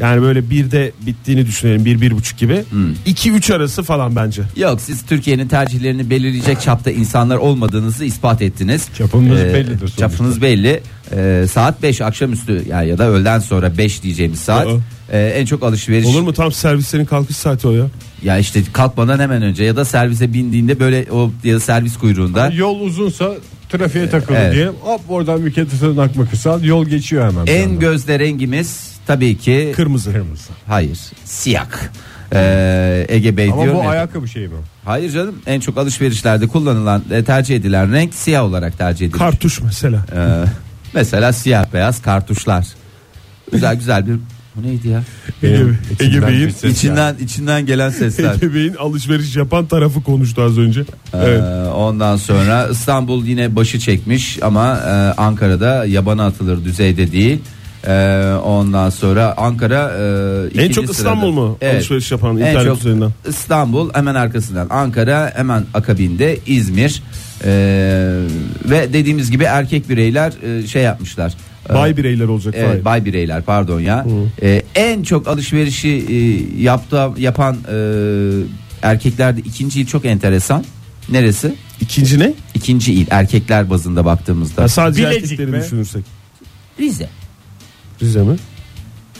[SPEAKER 4] Yani böyle birde bittiğini düşünelim bir bir buçuk gibi.
[SPEAKER 3] Hmm.
[SPEAKER 4] 2-3 arası falan bence.
[SPEAKER 5] Yok siz Türkiye'nin tercihlerini belirleyecek çapta insanlar olmadığınızı ispat ettiniz. Ee,
[SPEAKER 3] Çapımız bellidir sonuçta.
[SPEAKER 5] Çapınız belli. Ee, saat 5 akşamüstü ya ya da öğleden sonra 5 diyeceğimiz saat.
[SPEAKER 4] Aa.
[SPEAKER 5] Ee, en çok alışveriş.
[SPEAKER 4] Olur mu tam servislerin kalkış saati o ya?
[SPEAKER 5] Ya işte kalkmadan hemen önce ya da servise bindiğinde böyle o ya da servis kuyruğunda.
[SPEAKER 3] Yol uzunsa trafiğe takıldı
[SPEAKER 5] evet.
[SPEAKER 3] diyelim. Hop oradan bir ketisinin akmak sal. Yol geçiyor hemen. bir
[SPEAKER 5] En
[SPEAKER 3] anda.
[SPEAKER 5] gözde rengimiz tabii ki
[SPEAKER 4] Kırmızı. Kırmızı.
[SPEAKER 5] hayır siyah. Ee, Ege Bey
[SPEAKER 3] Ama
[SPEAKER 5] diyor.
[SPEAKER 3] bu
[SPEAKER 5] ya-
[SPEAKER 3] ayakkabı şeyi mi?
[SPEAKER 5] Hayır canım en çok alışverişlerde kullanılan e, tercih edilen renk siyah olarak tercih edilir.
[SPEAKER 4] Kartuş mesela.
[SPEAKER 5] Ee, mesela siyah beyaz kartuşlar. Güzel güzel bir bu neydi ya?
[SPEAKER 4] Ege,
[SPEAKER 3] Benim içimden
[SPEAKER 4] Ege Bey'in
[SPEAKER 3] bir ses
[SPEAKER 5] içinden içinden gelen sesler.
[SPEAKER 4] Ege Bey'in alışveriş yapan tarafı konuştu az önce. Evet.
[SPEAKER 5] Ee, ondan sonra İstanbul yine başı çekmiş ama e, Ankara'da yabana atılır düzeyde değil. Ee, ondan sonra Ankara e,
[SPEAKER 4] En
[SPEAKER 5] ikinci
[SPEAKER 4] çok İstanbul
[SPEAKER 5] sırada.
[SPEAKER 4] mu alışveriş yapan
[SPEAKER 5] En
[SPEAKER 4] internet
[SPEAKER 5] çok
[SPEAKER 4] üzerinden?
[SPEAKER 5] İstanbul hemen arkasından Ankara hemen akabinde İzmir Ee, ve dediğimiz gibi erkek bireyler e, şey yapmışlar. Ee,
[SPEAKER 4] Bay bireyler olacak.
[SPEAKER 5] Evet,
[SPEAKER 4] Fahir.
[SPEAKER 5] bay bireyler pardon ya. Ee, en çok alışverişi e, yaptı, yapan e, erkeklerde ikinci il çok enteresan. Neresi?
[SPEAKER 4] İkinci ne?
[SPEAKER 5] İkinci il erkekler bazında baktığımızda.
[SPEAKER 4] Ha, sadece
[SPEAKER 3] Bilecik
[SPEAKER 4] erkekleri
[SPEAKER 3] mi?
[SPEAKER 4] düşünürsek.
[SPEAKER 5] Rize.
[SPEAKER 4] Rize mi?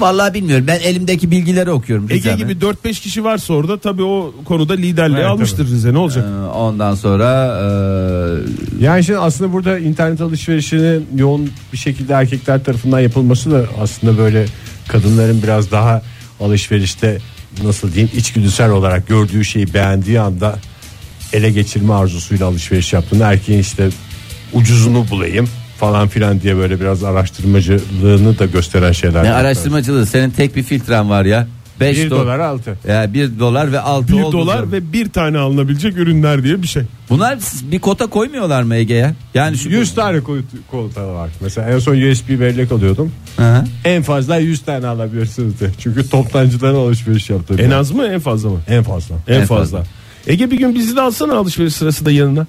[SPEAKER 5] Vallahi bilmiyorum ben elimdeki bilgileri okuyorum.
[SPEAKER 4] Ege
[SPEAKER 5] Rize mi?
[SPEAKER 4] gibi 4-5 kişi varsa orada tabii o konuda liderliği
[SPEAKER 3] Evet,
[SPEAKER 4] almıştır Rize ne
[SPEAKER 5] Ee,
[SPEAKER 4] olacak?
[SPEAKER 5] Ondan sonra e,
[SPEAKER 3] Yani şimdi aslında burada internet alışverişinin yoğun bir şekilde erkekler tarafından yapılması da aslında böyle kadınların biraz daha alışverişte nasıl diyeyim içgüdüsel olarak gördüğü şeyi beğendiği anda ele geçirme arzusuyla alışveriş yaptığını erkeğin işte ucuzunu bulayım falan filan diye böyle biraz araştırmacılığını da gösteren şeyler.
[SPEAKER 5] ne araştırmacılığı senin tek bir filtren var ya. 5
[SPEAKER 3] 1 dolar altı.
[SPEAKER 5] Ya 1 dolar ve 6
[SPEAKER 4] 1 dolar ve bir tane alınabilecek ürünler diye bir şey.
[SPEAKER 5] Bunlar bir kota koymuyorlar mı Ege'ye? Yani şu
[SPEAKER 3] 100 tane kol- koltuğa var. Mesela en son USB bellek alıyordum.
[SPEAKER 5] Hı hı.
[SPEAKER 3] En fazla 100 tane alabilirsiniz de. Çünkü toptancıların alışveriş yaptığı. bir
[SPEAKER 4] En
[SPEAKER 3] yer.
[SPEAKER 4] az mı en fazla mı?
[SPEAKER 3] en fazla.
[SPEAKER 4] En,
[SPEAKER 5] En
[SPEAKER 4] fazla.
[SPEAKER 5] fazla.
[SPEAKER 4] Ege bir gün bizi de alsana alışveriş sırasında yanına.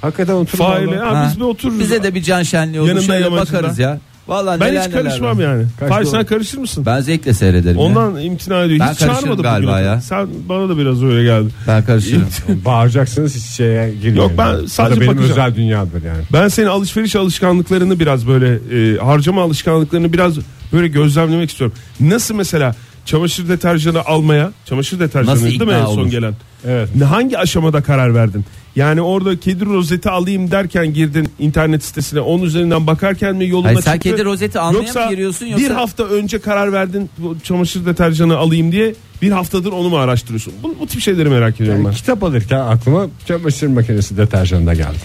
[SPEAKER 3] Hakikaten
[SPEAKER 4] Fahir'le
[SPEAKER 3] oturmalı.
[SPEAKER 4] ha,
[SPEAKER 5] Ha.
[SPEAKER 4] biz bir otururuz.
[SPEAKER 5] Bize de bir can şenliği olur.
[SPEAKER 4] Yanında
[SPEAKER 5] Şöyle
[SPEAKER 4] yamacında.
[SPEAKER 5] bakarız ya. Vallahi
[SPEAKER 4] ben
[SPEAKER 5] neler
[SPEAKER 4] hiç
[SPEAKER 5] neler
[SPEAKER 4] karışmam
[SPEAKER 5] var.
[SPEAKER 4] yani.
[SPEAKER 3] Kaç
[SPEAKER 4] Fahir
[SPEAKER 3] dolar?
[SPEAKER 4] sen karışır mısın?
[SPEAKER 5] Ben zevkle seyrederim. ya.
[SPEAKER 4] Ondan imtina ediyor.
[SPEAKER 5] Ben
[SPEAKER 4] hiç
[SPEAKER 5] karışırım
[SPEAKER 4] çağırmadı
[SPEAKER 5] galiba
[SPEAKER 4] bugüne.
[SPEAKER 5] ya.
[SPEAKER 4] Sen bana da biraz öyle geldi.
[SPEAKER 5] Ben karışırım.
[SPEAKER 3] Bağıracaksınız hiç şeye girmeyin.
[SPEAKER 4] Yok, ben
[SPEAKER 3] Yani.
[SPEAKER 4] sadece
[SPEAKER 3] O da benim
[SPEAKER 4] bakacağım.
[SPEAKER 3] özel dünyamdır yani.
[SPEAKER 4] Ben senin alışveriş alışkanlıklarını biraz böyle e, harcama alışkanlıklarını biraz böyle gözlemlemek istiyorum. Nasıl mesela çamaşır deterjanı almaya, çamaşır deterjanı
[SPEAKER 5] Nasıl
[SPEAKER 4] değil mi
[SPEAKER 5] ikna
[SPEAKER 4] en son
[SPEAKER 5] olur?
[SPEAKER 4] gelen?
[SPEAKER 3] Evet.
[SPEAKER 4] Ne- Hangi aşamada karar verdin? Yani orada kedi rozeti alayım derken girdin internet sitesine onun üzerinden bakarken mi yoluna
[SPEAKER 5] Hayır,
[SPEAKER 4] çıktı?
[SPEAKER 5] sen kedi rozeti almaya mı
[SPEAKER 4] Yoksa
[SPEAKER 5] giriyorsun, yoksa-
[SPEAKER 4] bir hafta önce karar verdin bu çamaşır deterjanı alayım diye bir haftadır onu mu araştırıyorsun? Bu, bu tip şeyleri merak ediyorum ben.
[SPEAKER 3] Kitap alırken aklıma çamaşır makinesi deterjanı da geldi.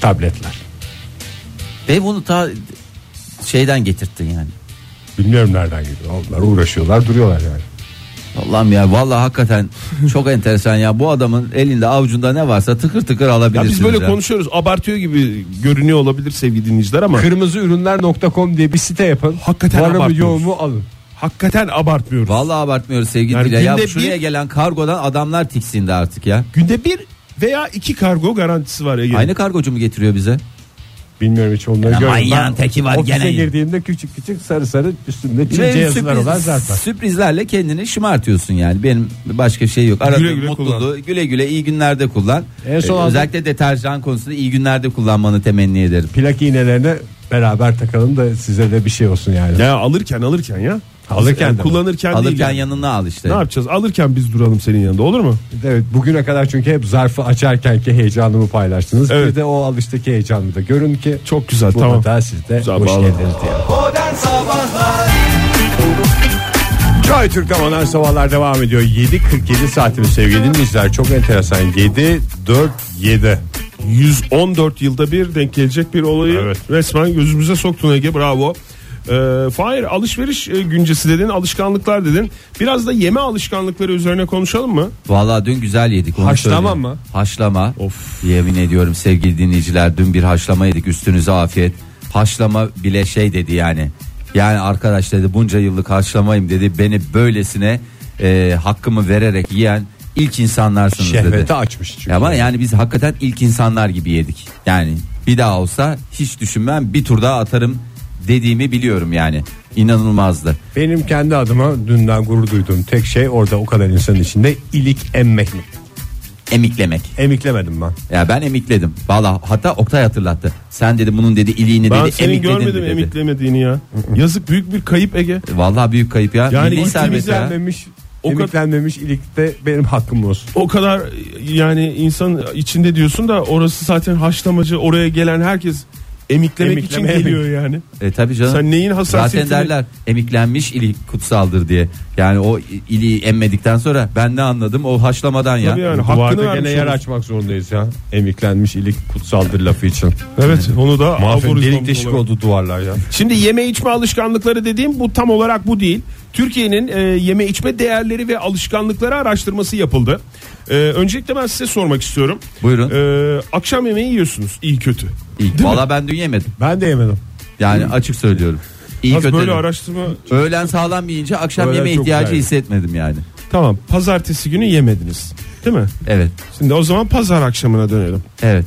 [SPEAKER 3] Tabletler.
[SPEAKER 5] Ve bunu ta şeyden getirttin yani.
[SPEAKER 3] Bilmiyorum nereden geliyor. Onlar uğraşıyorlar duruyorlar yani.
[SPEAKER 5] Allah'ım ya vallahi hakikaten çok enteresan ya. Bu adamın elinde avucunda ne varsa tıkır tıkır
[SPEAKER 4] Ya
[SPEAKER 5] alabilirsiniz.
[SPEAKER 4] biz böyle
[SPEAKER 5] ya.
[SPEAKER 4] konuşuyoruz abartıyor gibi görünüyor olabilir sevgili dinleyiciler ama
[SPEAKER 3] Kırmızıürünler.com diye bir site yapın.
[SPEAKER 4] Hakikaten
[SPEAKER 3] Var mı
[SPEAKER 4] abartmıyoruz.
[SPEAKER 3] yoğun mu alın.
[SPEAKER 4] hakikaten abartmıyoruz.
[SPEAKER 5] Vallahi abartmıyoruz sevgili
[SPEAKER 4] Yani
[SPEAKER 5] Dile. Ya
[SPEAKER 4] günde
[SPEAKER 5] şuraya
[SPEAKER 4] bir-
[SPEAKER 5] gelen kargodan adamlar tiksindi artık ya.
[SPEAKER 4] Günde bir veya iki kargo garantisi var Ege.
[SPEAKER 5] Aynı kargocu mu getiriyor bize?
[SPEAKER 3] Bilmiyorum hiç onları görmedim.
[SPEAKER 5] manyağın teki var
[SPEAKER 3] ofise
[SPEAKER 5] gene.
[SPEAKER 3] girdiğimde küçük küçük sarı sarı üstünde
[SPEAKER 5] Ve
[SPEAKER 3] Çince yazılar
[SPEAKER 5] sürpriz-
[SPEAKER 3] olan zaten.
[SPEAKER 5] Sürprizlerle kendini şımartıyorsun yani. Benim başka şey yok. Aradığım
[SPEAKER 4] Güle güle
[SPEAKER 5] mutluluğu güle güle iyi günlerde kullan.
[SPEAKER 3] En son
[SPEAKER 5] Ee,
[SPEAKER 3] aldığım-
[SPEAKER 5] özellikle deterjan konusunda iyi günlerde kullanmanı temenni ederim.
[SPEAKER 3] Plak iğnelerine beraber takalım da size de bir şey olsun yani.
[SPEAKER 4] Ya alırken alırken ya.
[SPEAKER 3] Alırken de mi?
[SPEAKER 4] kullanırken değil.
[SPEAKER 5] Alırken
[SPEAKER 4] yani.
[SPEAKER 5] yanına al işte.
[SPEAKER 4] Ne yapacağız? Alırken biz duralım senin yanında olur mu?
[SPEAKER 3] Evet bugüne kadar çünkü hep zarfı açarkenki heyecanımı paylaştınız.
[SPEAKER 4] Evet.
[SPEAKER 3] Bir de o alıştaki heyecanımı da görün ki
[SPEAKER 4] Çok güzel,
[SPEAKER 3] burada
[SPEAKER 4] tamam.
[SPEAKER 3] da siz de
[SPEAKER 4] Güzel,
[SPEAKER 3] hoş
[SPEAKER 4] bağlı.
[SPEAKER 3] geldiniz diye.
[SPEAKER 2] Modern Sabahlar
[SPEAKER 3] Joy Türk'te modern sabahlar devam ediyor. 7.47 saatimiz sevgili dinleyiciler. Çok enteresan. 7.47.
[SPEAKER 4] 114 yılda bir denk gelecek bir olayı
[SPEAKER 3] Evet.
[SPEAKER 4] resmen gözümüze soktun Ege bravo. Ee, Fahir alışveriş e, güncesi dedin alışkanlıklar dedin biraz da yeme alışkanlıkları üzerine konuşalım mı?
[SPEAKER 5] Vallahi dün güzel yedik. onu
[SPEAKER 3] Haşlama
[SPEAKER 5] söyleyeyim.
[SPEAKER 3] mı?
[SPEAKER 5] Haşlama. Yemin ediyorum sevgili dinleyiciler dün bir haşlama yedik üstünüze afiyet. Haşlama bile şey dedi yani. Yani arkadaş dedi bunca yıllık haşlamayım dedi. Beni böylesine e, hakkımı vererek yiyen ilk insanlarsınız dedi.
[SPEAKER 3] Şehveti açmış çünkü.
[SPEAKER 5] Ya Ama yani biz hakikaten ilk insanlar gibi yedik. Yani bir daha olsa hiç düşünmem bir tur daha atarım dediğimi biliyorum yani. İnanılmazdı.
[SPEAKER 3] Benim kendi adıma dünden gurur duyduğum tek şey orada o kadar insanın içinde ilik emmek.
[SPEAKER 5] Emiklemek.
[SPEAKER 3] Emiklemedim ben.
[SPEAKER 5] Ya ben emikledim. Valla hatta Oktay hatırlattı. Sen dedi bunun dedi iliğini
[SPEAKER 4] Ben
[SPEAKER 5] dedi
[SPEAKER 4] senin
[SPEAKER 5] emikledin mi
[SPEAKER 4] görmedim
[SPEAKER 5] dedi.
[SPEAKER 4] emiklemediğini ya. Yazık büyük bir kayıp Ege.
[SPEAKER 5] Valla büyük kayıp ya.
[SPEAKER 4] Yani
[SPEAKER 5] Milli
[SPEAKER 4] bu
[SPEAKER 5] servet ya.
[SPEAKER 3] Emiklenmemiş,
[SPEAKER 4] O kadar-
[SPEAKER 3] emiklenmemiş ilikte benim hakkım olsun.
[SPEAKER 4] O kadar yani insan içinde diyorsun da orası zaten haşlamacı. Oraya gelen herkes emiklemek için
[SPEAKER 3] Emiklemeye
[SPEAKER 4] geliyor yani.
[SPEAKER 5] E tabii canım.
[SPEAKER 4] Sen neyin
[SPEAKER 5] Zaten
[SPEAKER 4] hassasiyetini
[SPEAKER 5] derler emiklenmiş ilik kutsaldır diye. Yani o i- iliği emmedikten sonra ben ne anladım o haşlamadan ya.
[SPEAKER 4] Tabii yani hakkını
[SPEAKER 3] Duvarda
[SPEAKER 4] vermiş
[SPEAKER 3] gene yer
[SPEAKER 4] olursun.
[SPEAKER 3] açmak zorundayız ya. Emiklenmiş ilik kutsaldır lafı için.
[SPEAKER 4] Evet onu da
[SPEAKER 3] Mahfuz
[SPEAKER 4] aforizmamız
[SPEAKER 3] delik deşik
[SPEAKER 4] olarak.
[SPEAKER 3] oldu duvarlar ya.
[SPEAKER 4] Şimdi yeme içme alışkanlıkları dediğim bu tam olarak bu değil. Türkiye'nin e, yeme içme değerleri ve alışkanlıkları araştırması yapıldı. E, öncelikle ben size sormak istiyorum.
[SPEAKER 5] Buyurun.
[SPEAKER 4] E, akşam yemeği yiyorsunuz iyi kötü.
[SPEAKER 5] İlk- Valla ben dün yemedim.
[SPEAKER 3] Ben de yemedim.
[SPEAKER 5] Yani açık söylüyorum. İyi
[SPEAKER 4] Az
[SPEAKER 5] kötü.
[SPEAKER 4] böyle
[SPEAKER 5] dedim.
[SPEAKER 4] araştırma.
[SPEAKER 5] Öğlen sağlam yiyince akşam
[SPEAKER 3] Öğlen
[SPEAKER 5] yeme
[SPEAKER 3] çok
[SPEAKER 5] ihtiyacı
[SPEAKER 3] güzel.
[SPEAKER 5] hissetmedim yani.
[SPEAKER 4] Tamam pazartesi günü yemediniz değil mi?
[SPEAKER 5] Evet.
[SPEAKER 4] Şimdi o zaman pazar akşamına dönelim.
[SPEAKER 5] Evet.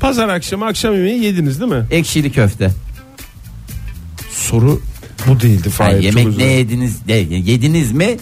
[SPEAKER 4] Pazar akşamı akşam yemeği yediniz değil mi?
[SPEAKER 5] Ekşili köfte.
[SPEAKER 4] Soru bu değildi.
[SPEAKER 5] Yani
[SPEAKER 4] Fahir, çok
[SPEAKER 5] yemek
[SPEAKER 4] özür
[SPEAKER 5] ne
[SPEAKER 4] dilerim.
[SPEAKER 5] yediniz? De, yediniz mi?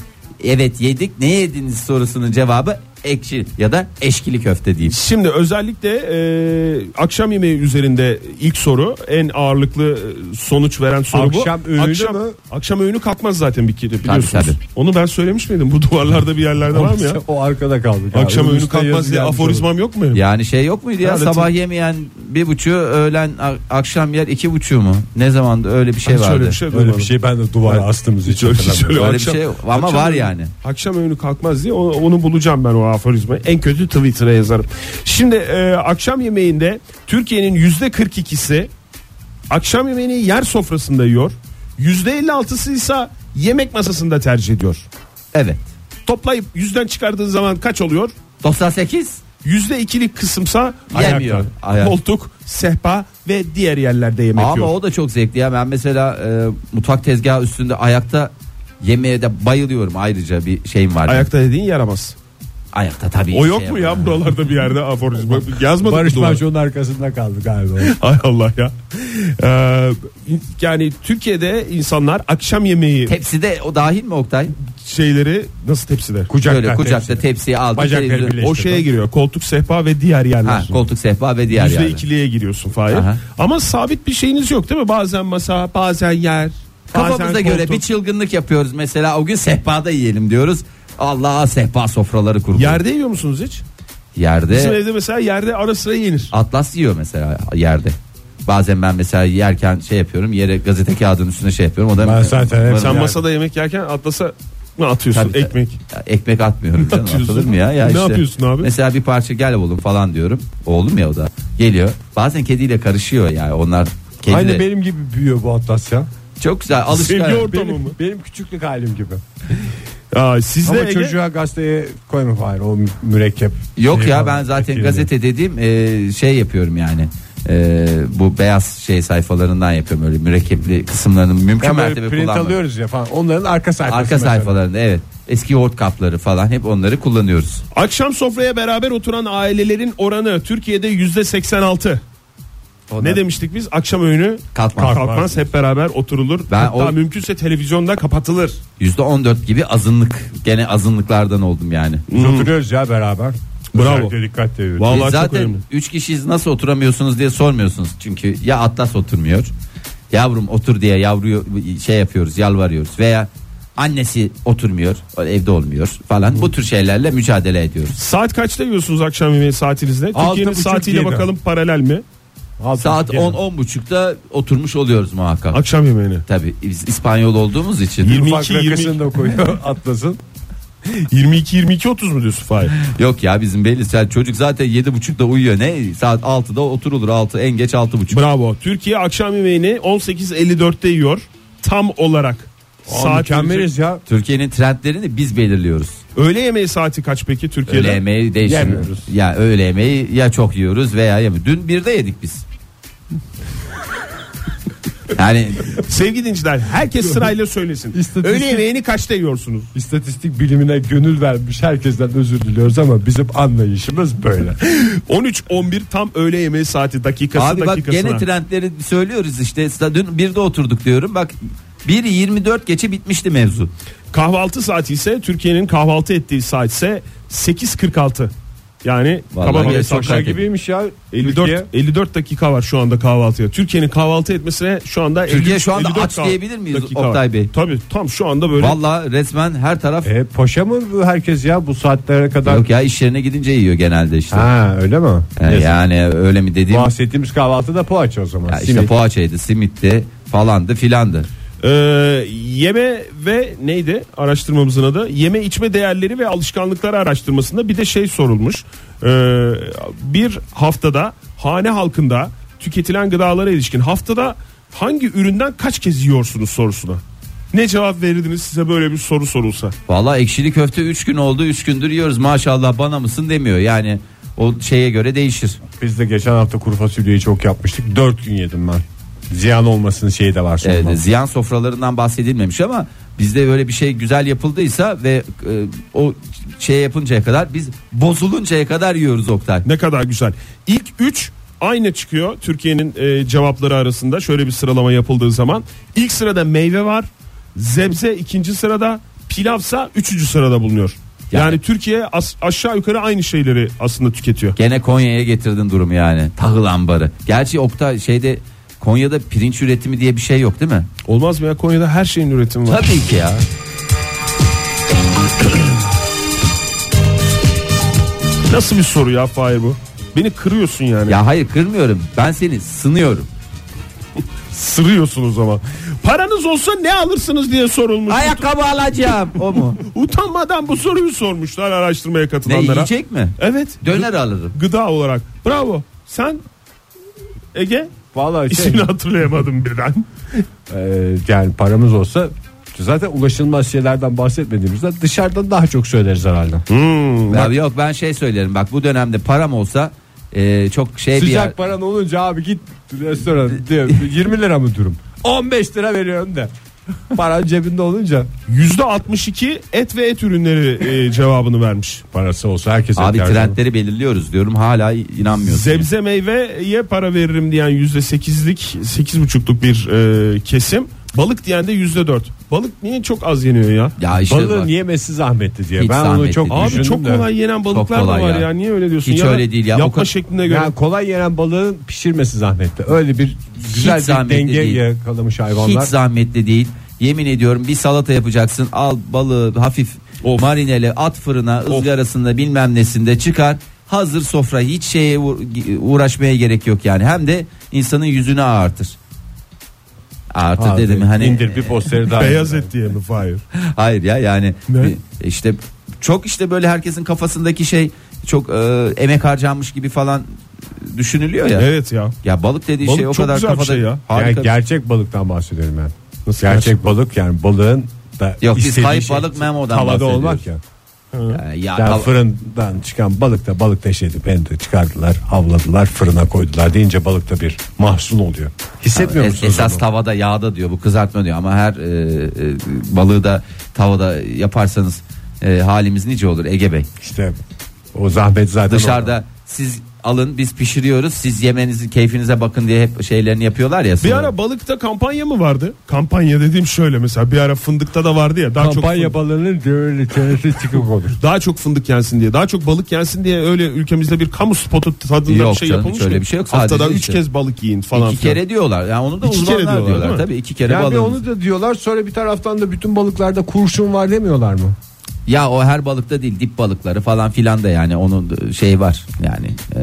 [SPEAKER 5] Evet yedik. Ne yediniz sorusunun cevabı ekşi ya da eşkili köfte diyeyim.
[SPEAKER 4] Şimdi özellikle e, akşam yemeği üzerinde ilk soru en ağırlıklı e, sonuç veren soru
[SPEAKER 3] Akşam
[SPEAKER 4] bu.
[SPEAKER 3] öğünü
[SPEAKER 4] akşam,
[SPEAKER 3] mü?
[SPEAKER 4] akşam öğünü kalkmaz zaten bir kere biliyorsunuz.
[SPEAKER 5] tabii.
[SPEAKER 4] Onu ben söylemiş miydim? Bu duvarlarda bir yerlerde var mı ya?
[SPEAKER 3] O arkada kaldı.
[SPEAKER 4] Akşam öğünü kalkmaz diye aforizmam yok mu? Ya.
[SPEAKER 5] Yani şey yok muydu ya
[SPEAKER 4] Herhalde
[SPEAKER 5] sabah yemeyen bir buçuğu öğlen a- akşam yer iki buçuğu mu? Ne zaman öyle bir şey
[SPEAKER 4] Hiç
[SPEAKER 5] vardı.
[SPEAKER 4] öyle bir şey
[SPEAKER 3] Böyle
[SPEAKER 4] duymadım.
[SPEAKER 3] bir şey ben de duvara astığımız
[SPEAKER 4] Hiç
[SPEAKER 3] için.
[SPEAKER 4] öyle,
[SPEAKER 3] hatırlamıyorum.
[SPEAKER 4] hiç öyle
[SPEAKER 5] Öyle bir
[SPEAKER 4] akşam-
[SPEAKER 5] şey yok. Ama
[SPEAKER 4] akşam
[SPEAKER 5] var
[SPEAKER 4] öğünü-
[SPEAKER 5] yani.
[SPEAKER 4] Akşam öğünü kalkmaz diye onu, onu bulacağım ben o aforizmayı. En kötü Twitter'a yazarım. Şimdi e, akşam yemeğinde Türkiye'nin yüzde 42'si akşam yemeğini yer sofrasında yiyor. Yüzde 56'sı ise yemek masasında tercih ediyor.
[SPEAKER 5] Evet.
[SPEAKER 4] Toplayıp yüzden çıkardığın zaman kaç oluyor?
[SPEAKER 5] 98.
[SPEAKER 4] Yüzde ikilik kısımsa
[SPEAKER 5] Yemiyor.
[SPEAKER 4] ayakta.
[SPEAKER 5] Ayak.
[SPEAKER 4] Koltuk, sehpa ve diğer yerlerde yemek
[SPEAKER 5] Ama
[SPEAKER 4] yiyor.
[SPEAKER 5] o da çok zevkli ya. Ben mesela e, mutfak tezgahı üstünde ayakta yemeğe de bayılıyorum. Ayrıca bir şeyim var.
[SPEAKER 4] Ayakta dediğin yaramaz.
[SPEAKER 5] Ayakta tabii.
[SPEAKER 4] O
[SPEAKER 5] şey
[SPEAKER 4] yok mu
[SPEAKER 5] yapamam.
[SPEAKER 4] ya buralarda bir yerde aforizma yazmadık
[SPEAKER 3] Barış
[SPEAKER 4] mı duvara?
[SPEAKER 3] Manço'nun arkasında kaldı galiba.
[SPEAKER 4] Ay Allah ya. Ee, yani Türkiye'de insanlar akşam yemeği
[SPEAKER 5] Tepside o dahil mi Oktay?
[SPEAKER 4] şeyleri nasıl tepsiler?
[SPEAKER 3] Kucaklar
[SPEAKER 5] Böyle kucakta tepsiyi aldı.
[SPEAKER 3] Bacakları
[SPEAKER 5] televizyon-
[SPEAKER 3] bile-
[SPEAKER 4] O şeye giriyor. Koltuk, sehpa ve diğer
[SPEAKER 5] Ha,
[SPEAKER 4] yerler.
[SPEAKER 5] koltuk sehpa ve diğer
[SPEAKER 4] Yüzde
[SPEAKER 5] yerler.
[SPEAKER 4] ikiliye giriyorsun Fahir.
[SPEAKER 5] Aha.
[SPEAKER 4] Ama sabit bir şeyiniz yok değil mi? Bazen masa, bazen yer. bazen
[SPEAKER 5] Kafamıza göre
[SPEAKER 4] koltuk.
[SPEAKER 5] bir çılgınlık yapıyoruz mesela o gün sehpada yiyelim diyoruz. Allah sehpa sofraları kurdu.
[SPEAKER 4] Yerde yiyor musunuz hiç? Bizim
[SPEAKER 5] Yerde
[SPEAKER 4] evde mesela yerde ara sıra yenir.
[SPEAKER 5] Atlas yiyor mesela yerde. Bazen ben mesela yerken şey yapıyorum yere gazete kağıdının üstüne şey yapıyorum. O da
[SPEAKER 3] Ben zaten hep-
[SPEAKER 5] Bana-
[SPEAKER 4] Sen
[SPEAKER 3] yani.
[SPEAKER 4] masada yemek yerken atlasa mı atıyorsun
[SPEAKER 5] Tabii, tabii.
[SPEAKER 4] ekmek?
[SPEAKER 5] Ya ekmek atmıyorum canım
[SPEAKER 4] Atıyorsun.
[SPEAKER 5] atılır mı ya? ya
[SPEAKER 4] Ne
[SPEAKER 5] işte,
[SPEAKER 4] yapıyorsun abi?
[SPEAKER 5] Mesela bir parça gel oğlum falan diyorum. Oğlum ya o da geliyor. Bazen kediyle karışıyor yani onlar. Kedi
[SPEAKER 3] Aynı
[SPEAKER 5] de-
[SPEAKER 3] benim gibi büyüyor bu Atlas ya.
[SPEAKER 5] çok güzel alışkan.
[SPEAKER 4] Sevgi ortamı
[SPEAKER 3] Benim,
[SPEAKER 4] mı?
[SPEAKER 3] benim küçüklük halim gibi.
[SPEAKER 4] Aa, sizde
[SPEAKER 3] Ama
[SPEAKER 4] Ege-
[SPEAKER 3] çocuğa gazeteye koyma hayır o mürekkep.
[SPEAKER 5] Yok
[SPEAKER 3] şey
[SPEAKER 5] ya
[SPEAKER 3] falan.
[SPEAKER 5] ben zaten
[SPEAKER 3] Etkileniyor.
[SPEAKER 5] gazete dediğim e, şey yapıyorum yani. E, bu beyaz şey sayfalarından yapıyorum öyle mürekkepli kısımlarını mümkün
[SPEAKER 3] Ya böyle
[SPEAKER 5] mertebe
[SPEAKER 3] print
[SPEAKER 5] kullanmıyorum.
[SPEAKER 3] alıyoruz ya falan. Onların arka sayfası.
[SPEAKER 5] Arka
[SPEAKER 3] mesela.
[SPEAKER 5] sayfalarında evet. Eski yoğurt kapları falan hep onları kullanıyoruz.
[SPEAKER 4] Akşam sofraya beraber oturan ailelerin oranı Türkiye'de yüzde 86.
[SPEAKER 5] Onlar-
[SPEAKER 4] Ne demiştik biz? Akşam öğünü
[SPEAKER 5] Kalkmaz.
[SPEAKER 4] kalkmaz, hep beraber oturulur.
[SPEAKER 5] Ben
[SPEAKER 4] Hatta
[SPEAKER 5] o-
[SPEAKER 4] mümkünse televizyonda kapatılır.
[SPEAKER 5] Yüzde %14 gibi azınlık. Gene azınlıklardan oldum yani.
[SPEAKER 3] Biz Oturuyoruz ya beraber.
[SPEAKER 4] Bravo.
[SPEAKER 3] Özellikle dikkat ediyoruz.
[SPEAKER 4] Vallahi
[SPEAKER 5] Biz
[SPEAKER 4] çok
[SPEAKER 5] zaten
[SPEAKER 4] önemli.
[SPEAKER 5] 3 kişiyiz nasıl oturamıyorsunuz diye sormuyorsunuz. Çünkü ya Atlas oturmuyor. Yavrum otur diye yavruyu şey yapıyoruz yalvarıyoruz veya annesi oturmuyor evde olmuyor falan bu tür şeylerle mücadele ediyoruz.
[SPEAKER 4] Saat kaçta yiyorsunuz akşam yemeği saatinizde?
[SPEAKER 3] Altı
[SPEAKER 4] Türkiye'nin
[SPEAKER 3] buçuk,
[SPEAKER 4] saatiyle
[SPEAKER 3] yedi.
[SPEAKER 4] bakalım paralel mi?
[SPEAKER 3] Altı
[SPEAKER 5] Saat
[SPEAKER 3] gene.
[SPEAKER 5] 10 10 buçukta oturmuş oluyoruz muhakkak.
[SPEAKER 4] Akşam yemeğini.
[SPEAKER 5] Tabii biz İspanyol olduğumuz için.
[SPEAKER 4] Yirmi-
[SPEAKER 3] Ufak
[SPEAKER 4] 22,
[SPEAKER 3] rakasını da koyuyor Atlas'ın.
[SPEAKER 4] 22 22 30 mu diyorsun Fahir?
[SPEAKER 5] Yok ya bizim belli sen çocuk zaten yedi buçukta uyuyor ne saat 6'da oturulur 6 en geç altı buçuk.
[SPEAKER 4] Bravo. Türkiye akşam yemeğini 18.54'te yiyor. Tam olarak.
[SPEAKER 3] Aa, mükemmeliz ya.
[SPEAKER 5] Türkiye'nin trendlerini biz belirliyoruz.
[SPEAKER 4] Öğle yemeği saati kaç peki Türkiye'de?
[SPEAKER 5] Öğle yemeği değişmiyoruz.
[SPEAKER 3] Yemiyoruz.
[SPEAKER 5] Ya öğle yemeği ya çok yiyoruz veya yemiyoruz. Dün birde yedik biz. Yani
[SPEAKER 4] Sevgili dinciler herkes sırayla söylesin.
[SPEAKER 3] İstatistik-
[SPEAKER 4] Öğle yemeğini kaçta yiyorsunuz?
[SPEAKER 3] İstatistik bilimine gönül vermiş herkesten özür diliyoruz ama bizim anlayışımız böyle.
[SPEAKER 4] 13-11 tam öğle yemeği saati dakikası
[SPEAKER 5] abi bak
[SPEAKER 4] dakikasına.
[SPEAKER 5] gene trendleri söylüyoruz işte. Dün bir de oturduk diyorum. Bak 1.24 geçe bitmişti mevzu.
[SPEAKER 4] Kahvaltı saati ise Türkiye'nin kahvaltı ettiği saat ise 8.46. Yani
[SPEAKER 5] Vallahi
[SPEAKER 4] kaba
[SPEAKER 5] gene
[SPEAKER 4] bir
[SPEAKER 5] çok
[SPEAKER 4] hesaplar
[SPEAKER 5] şarkı.
[SPEAKER 4] gibi
[SPEAKER 3] Gibiymiş ya.
[SPEAKER 4] 54 54 dakika var şu anda kahvaltıya. Türkiye'nin kahvaltı etmesine şu anda
[SPEAKER 5] Türkiye şu anda
[SPEAKER 4] 54
[SPEAKER 5] aç
[SPEAKER 4] kah-
[SPEAKER 5] diyebilir miyiz
[SPEAKER 4] dakika
[SPEAKER 5] Oktay
[SPEAKER 4] var.
[SPEAKER 5] Bey?
[SPEAKER 4] Tabii tam şu anda böyle
[SPEAKER 5] Valla resmen her taraf
[SPEAKER 3] E, paşa mı bu herkes ya bu saatlere kadar?
[SPEAKER 5] yok ya iş yerine gidince yiyor genelde işte.
[SPEAKER 3] Ha öyle mi?
[SPEAKER 5] Ee, yani öyle mi dediğim
[SPEAKER 3] Bahsettiğimiz kahvaltıda poğaça o zaman.
[SPEAKER 5] Ya
[SPEAKER 3] Simit.
[SPEAKER 5] işte poğaçaydı, simitti falandı filandı.
[SPEAKER 4] Ee, yeme ve neydi araştırmamızın adı? Yeme içme değerleri ve alışkanlıkları araştırmasında bir de şey sorulmuş. Ee, bir haftada hane halkında tüketilen gıdalara ilişkin haftada hangi üründen kaç kez yiyorsunuz sorusuna. Ne cevap verirdiniz size böyle bir soru sorulsa?
[SPEAKER 5] Valla ekşili köfte 3 gün oldu 3 gündür yiyoruz maşallah bana mısın demiyor yani o şeye göre değişir.
[SPEAKER 3] Biz de geçen hafta kuru fasulyeyi çok yapmıştık. Dört gün yedim ben. Ziyan olmasının şeyi de var sonra.
[SPEAKER 5] Evet, Ee, ziyan sofralarından bahsedilmemiş ama bizde böyle bir şey güzel yapıldıysa ve e, o şey yapıncaya kadar biz bozuluncaya kadar yiyoruz Oktay.
[SPEAKER 4] Ne kadar güzel. İlk 3 aynı çıkıyor Türkiye'nin e, cevapları arasında. Şöyle bir sıralama yapıldığı zaman ilk sırada meyve var. Zebze ikinci sırada, pilavsa üçüncü sırada bulunuyor. Yani,
[SPEAKER 5] Yani-
[SPEAKER 4] Türkiye as- aşağı yukarı aynı şeyleri aslında tüketiyor.
[SPEAKER 5] Gene Konya'ya getirdin durumu yani tahıl ambarı. Gerçi Oktay şeyde Konya'da pirinç üretimi diye bir şey yok değil mi?
[SPEAKER 4] Olmaz mı ya Konya'da her şeyin üretimi var.
[SPEAKER 5] Tabii ki ya.
[SPEAKER 4] Nasıl bir soru ya Fahir bu? Beni kırıyorsun yani.
[SPEAKER 5] Ya hayır kırmıyorum ben seni sınıyorum.
[SPEAKER 4] Sırıyorsunuz ama. Paranız olsa ne alırsınız diye sorulmuş.
[SPEAKER 5] Ayakkabı alacağım o mu?
[SPEAKER 4] Utanmadan bu soruyu sormuşlar araştırmaya
[SPEAKER 5] ne
[SPEAKER 4] katılanlara.
[SPEAKER 5] yiyecek mi?
[SPEAKER 4] Evet.
[SPEAKER 5] Döner alırım.
[SPEAKER 4] gıda olarak. Bravo. Sen Ege
[SPEAKER 3] Vallahi şey,
[SPEAKER 4] ismini hatırlayamadım birden.
[SPEAKER 3] e, yani paramız olsa zaten ulaşılmaz şeylerden bahsetmediğimizde dışarıdan daha çok söyleriz herhalde.
[SPEAKER 5] Abi yok ben şey söylerim bak bu dönemde param olsa e, çok şey bir
[SPEAKER 3] Sıcak
[SPEAKER 5] yer.
[SPEAKER 3] paran olunca abi git restoran diyor 20 lira mı durum? 15 lira veriyorum de. Paran cebinde olunca
[SPEAKER 4] Yüzde 62 et ve et ürünleri e, cevabını vermiş.
[SPEAKER 3] parası olsa herkes
[SPEAKER 5] Abi
[SPEAKER 3] eder.
[SPEAKER 5] trendleri belirliyoruz diyorum hala inanmıyorsun.
[SPEAKER 4] Zebze meyveye para veririm diyen yüzde 8'lik 8,5'luk bir e, kesim. Balık diyen de yüzde 4. Balık niye çok az yeniyor ya?
[SPEAKER 5] Ya işte
[SPEAKER 3] Balığın
[SPEAKER 5] bak,
[SPEAKER 3] yemesi şey zahmetli diye.
[SPEAKER 5] Hiç
[SPEAKER 3] ben onu
[SPEAKER 5] zahmetli
[SPEAKER 3] çok
[SPEAKER 5] değil.
[SPEAKER 4] Abi
[SPEAKER 3] düşündüm
[SPEAKER 4] çok
[SPEAKER 3] de.
[SPEAKER 4] kolay yenen balıklar da
[SPEAKER 5] kolay
[SPEAKER 4] var ya.
[SPEAKER 5] ya.
[SPEAKER 4] Niye öyle diyorsun?
[SPEAKER 5] Hiç
[SPEAKER 4] Ya da
[SPEAKER 5] öyle değil ya. O
[SPEAKER 4] Yapma
[SPEAKER 5] kadar-
[SPEAKER 4] şekline göre.
[SPEAKER 3] Yani kolay yenen balığın pişirmesi zahmetli. Öyle bir güzel bir
[SPEAKER 5] zahmetli
[SPEAKER 3] denge
[SPEAKER 5] değil.
[SPEAKER 3] yakalamış
[SPEAKER 5] hiç
[SPEAKER 3] hayvanlar.
[SPEAKER 5] zahmetli değil. Yemin ediyorum bir salata yapacaksın al balığı hafif marinele at fırına ızgarasında bilmem nesinde çıkar. Hazır sofra hiç şeye uğra- uğraşmaya gerek yok yani hem de insanın yüzünü artır. Artır
[SPEAKER 3] Abi,
[SPEAKER 5] dedim hani
[SPEAKER 3] indir bir posteri daha.
[SPEAKER 4] Beyaz et diye mi Fahir?
[SPEAKER 5] Hayır ya yani
[SPEAKER 4] Ne?
[SPEAKER 5] e, işte çok işte böyle herkesin kafasındaki şey çok e, emek harcanmış gibi falan düşünülüyor ya.
[SPEAKER 4] Evet ya.
[SPEAKER 5] Ya balık dediği
[SPEAKER 4] Balık
[SPEAKER 5] şey o
[SPEAKER 4] çok
[SPEAKER 5] kadar
[SPEAKER 4] güzel bir
[SPEAKER 5] kafada
[SPEAKER 4] şey ya.
[SPEAKER 5] harika.
[SPEAKER 3] Yani gerçek balıktan bahsediyorum ben.
[SPEAKER 4] Nasıl
[SPEAKER 3] gerçek,
[SPEAKER 4] gerçek
[SPEAKER 3] balık yani balığın da
[SPEAKER 5] Yok, biz
[SPEAKER 3] istediği
[SPEAKER 5] kayıp balık memodan
[SPEAKER 3] Havada
[SPEAKER 5] bahsediyoruz.
[SPEAKER 3] olmak ya.
[SPEAKER 5] Ya- şey. ya
[SPEAKER 3] Yani
[SPEAKER 5] tav-
[SPEAKER 3] fırından çıkan balık da balık teşhidi beni de çıkardılar havladılar fırına koydular deyince balık da bir mahzun oluyor. Hissetmiyor
[SPEAKER 5] es-
[SPEAKER 3] musunuz?
[SPEAKER 5] esas
[SPEAKER 3] onu?
[SPEAKER 5] tavada yağda diyor bu kızartma diyor ama her e, e, balığı da tavada yaparsanız e, halimiz nice olur Ege Bey.
[SPEAKER 3] İşte o zahmet zaten
[SPEAKER 5] Dışarıda siz alın biz pişiriyoruz siz yemenizi keyfinize bakın diye hep şeylerini yapıyorlar ya.
[SPEAKER 4] Bir
[SPEAKER 5] sonra.
[SPEAKER 4] ara balıkta kampanya mı vardı? Kampanya dediğim şöyle mesela bir ara fındıkta da vardı ya. Daha
[SPEAKER 3] orada.
[SPEAKER 4] çok fındık-
[SPEAKER 3] kampanya balığının böyle çenesi çıkık olur.
[SPEAKER 4] daha çok fındık yensin diye daha çok balık yensin diye öyle ülkemizde bir kamu spotu tadında
[SPEAKER 5] Yok
[SPEAKER 4] bir şey
[SPEAKER 5] canım,
[SPEAKER 4] yapılmış
[SPEAKER 5] şöyle
[SPEAKER 4] mı?
[SPEAKER 5] bir şey yok.
[SPEAKER 4] Haftada
[SPEAKER 5] Sadece
[SPEAKER 4] 3
[SPEAKER 5] işte.
[SPEAKER 4] kez balık yiyin falan
[SPEAKER 5] İki
[SPEAKER 4] filan.
[SPEAKER 5] kere diyorlar. Yani onu da
[SPEAKER 4] İki kere
[SPEAKER 5] uzmanlar
[SPEAKER 4] diyorlar,
[SPEAKER 5] diyorlar.
[SPEAKER 4] değil mi?
[SPEAKER 5] Tabii iki kere
[SPEAKER 3] Yani
[SPEAKER 5] balığınızı-
[SPEAKER 3] onu da diyorlar sonra bir taraftan da bütün balıklarda kurşun var demiyorlar mı?
[SPEAKER 5] Ya o her balıkta değil dip balıkları falan filan da yani onun şey var yani e,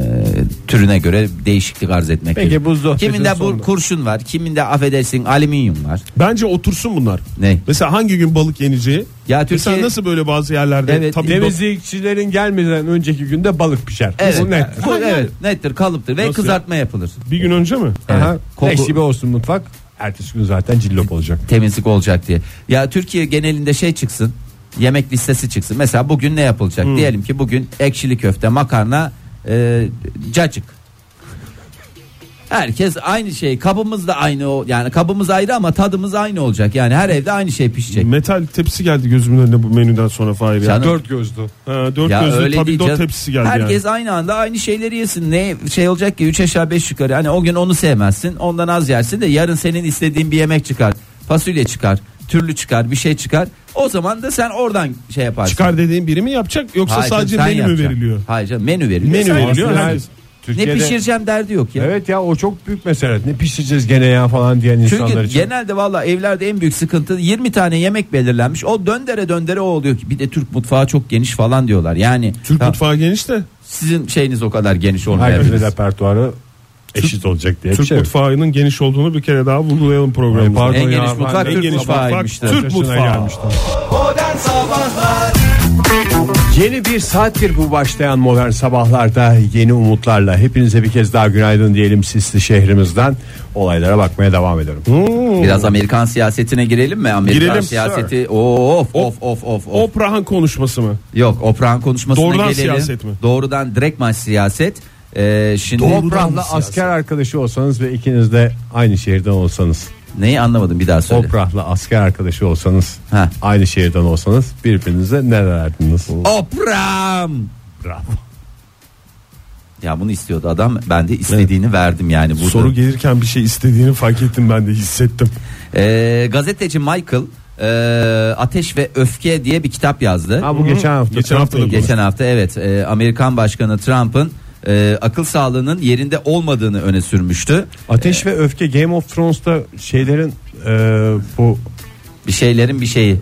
[SPEAKER 5] türüne göre değişiklik arz etmek.
[SPEAKER 3] Peki,
[SPEAKER 5] gerekiyor.
[SPEAKER 3] bu sohbetin
[SPEAKER 5] Kiminde bu
[SPEAKER 3] sonunda.
[SPEAKER 5] kurşun var kiminde affedersin alüminyum var.
[SPEAKER 4] Bence otursun bunlar.
[SPEAKER 5] Ne?
[SPEAKER 4] Mesela hangi gün balık yeneceği?
[SPEAKER 5] Ya
[SPEAKER 4] Mesela
[SPEAKER 5] Türkiye-
[SPEAKER 4] nasıl böyle bazı yerlerde
[SPEAKER 5] Evet,
[SPEAKER 4] tabii do-
[SPEAKER 3] Temizlikçilerin gelmeden önceki günde balık pişer.
[SPEAKER 5] Evet,
[SPEAKER 3] Bu net.
[SPEAKER 5] Bu, evet nettir kalıptır ve
[SPEAKER 4] Nasıl
[SPEAKER 5] kızartma yapılır.
[SPEAKER 4] bir gün önce mi?
[SPEAKER 5] Evet.
[SPEAKER 3] Aha,
[SPEAKER 5] Koku-
[SPEAKER 3] leş gibi olsun mutfak. Ertesi gün zaten cillop olacak.
[SPEAKER 5] temizlik olacak diye. Ya Türkiye genelinde şey çıksın. Yemek listesi çıksın. Mesela bugün ne yapılacak? Diyelim ki bugün ekşili köfte, makarna, e, cacık. Herkes aynı şey. Kabımız da aynı o. Yani kabımız ayrı ama tadımız aynı olacak. Yani her evde aynı şey pişecek.
[SPEAKER 4] Metal tepsi geldi gözümün önüne bu menüden sonra Fahir ya.
[SPEAKER 5] Canım.
[SPEAKER 4] Dört gözlü. Ha, dört
[SPEAKER 5] Ya
[SPEAKER 4] gözlü
[SPEAKER 5] öyle değil
[SPEAKER 4] tabii
[SPEAKER 5] canım.
[SPEAKER 4] tepsisi geldi
[SPEAKER 5] Herkes aynı anda aynı şeyleri yesin. Ne şey olacak ki 3 aşağı 5 yukarı. Hani o gün onu sevmezsin. Ondan az yersin de yarın senin istediğin bir yemek çıkar. Fasulye çıkar. Türlü çıkar. Bir şey çıkar. O zaman da sen oradan şey
[SPEAKER 4] yani.
[SPEAKER 5] yaparsın.
[SPEAKER 4] Çıkar dediğin biri mi yapacak yoksa
[SPEAKER 5] Hayır,
[SPEAKER 4] sadece
[SPEAKER 5] sen
[SPEAKER 4] menü mü
[SPEAKER 5] yapacaksın.
[SPEAKER 4] veriliyor?
[SPEAKER 5] Hayır canım, menü veriliyor.
[SPEAKER 4] Menü
[SPEAKER 5] Sen-
[SPEAKER 4] veriliyor.
[SPEAKER 3] Aslında
[SPEAKER 4] herkes.
[SPEAKER 5] Ne
[SPEAKER 3] Türkiye'de-
[SPEAKER 5] pişireceğim derdi yok ya.
[SPEAKER 3] Evet ya o çok büyük mesele. Ne pişireceğiz gene ya falan diyen insanlar
[SPEAKER 5] Çünkü
[SPEAKER 3] için.
[SPEAKER 5] genelde valla evlerde en büyük sıkıntı 20 tane yemek belirlenmiş. O döndere döndere o oluyor ki bir de Türk mutfağı çok geniş falan diyorlar. Yani
[SPEAKER 4] Türk
[SPEAKER 5] ha,
[SPEAKER 4] mutfağı geniş de
[SPEAKER 5] sizin şeyiniz o kadar geniş
[SPEAKER 3] Herkesin
[SPEAKER 5] olmayabilir.
[SPEAKER 3] repertuarı eşit olacak diye bir
[SPEAKER 4] Türk
[SPEAKER 3] şey yok.
[SPEAKER 4] mutfağının geniş olduğunu bir kere daha vurgulayalım
[SPEAKER 3] Ay,
[SPEAKER 4] programımızda.
[SPEAKER 3] pardon
[SPEAKER 5] En
[SPEAKER 3] ya,
[SPEAKER 5] geniş
[SPEAKER 3] ben
[SPEAKER 5] mutfak
[SPEAKER 3] de-
[SPEAKER 5] Türk
[SPEAKER 4] En geniş
[SPEAKER 5] mutfağı.
[SPEAKER 4] mutfak
[SPEAKER 5] mutfağıymıştı.
[SPEAKER 4] Türk
[SPEAKER 3] Yaşına
[SPEAKER 4] mutfağı.
[SPEAKER 3] gelmiştim.
[SPEAKER 2] Modern Sabahlar
[SPEAKER 3] Yeni bir saattir bu başlayan modern sabahlarda yeni umutlarla hepinize bir kez daha günaydın diyelim sisli şehrimizden olaylara bakmaya devam edelim.
[SPEAKER 5] Hmm. Biraz Amerikan siyasetine girelim mi? Amerikan
[SPEAKER 4] Girelim,
[SPEAKER 5] siyaseti of of of of. of.
[SPEAKER 4] Oprahan konuşması mı?
[SPEAKER 5] Yok Oprah'ın konuşmasına
[SPEAKER 4] Doğrudan
[SPEAKER 5] gelelim.
[SPEAKER 4] siyaset mi?
[SPEAKER 5] Doğrudan direktman siyaset. Ee, şimdi
[SPEAKER 3] Oprah'la asker arkadaşı olsanız ve ikiniz de aynı şehirden olsanız.
[SPEAKER 5] Neyi anlamadım bir daha söyle.
[SPEAKER 3] Oprah'la asker arkadaşı olsanız,
[SPEAKER 5] Ha.
[SPEAKER 3] aynı şehirden olsanız birbirinize ne derdiniz?
[SPEAKER 5] Oprah. Ya bunu istiyordu adam. Ben de istediğini verdim yani burada.
[SPEAKER 4] Soru gelirken bir şey istediğini fark ettim ben de hissettim.
[SPEAKER 5] Ee, gazeteci Michael e, Ateş ve Öfke diye bir kitap yazdı.
[SPEAKER 3] Ha bu geçen hafta.
[SPEAKER 4] Geçen hafta da
[SPEAKER 3] Trump'la
[SPEAKER 5] Geçen hafta evet e, Amerikan Başkanı Trump'ın e, akıl sağlığının yerinde olmadığını öne sürmüştü.
[SPEAKER 3] Ateş ve Öfke Game of Thrones'ta şeylerin e, bu
[SPEAKER 5] Bir şeylerin bir şeyi.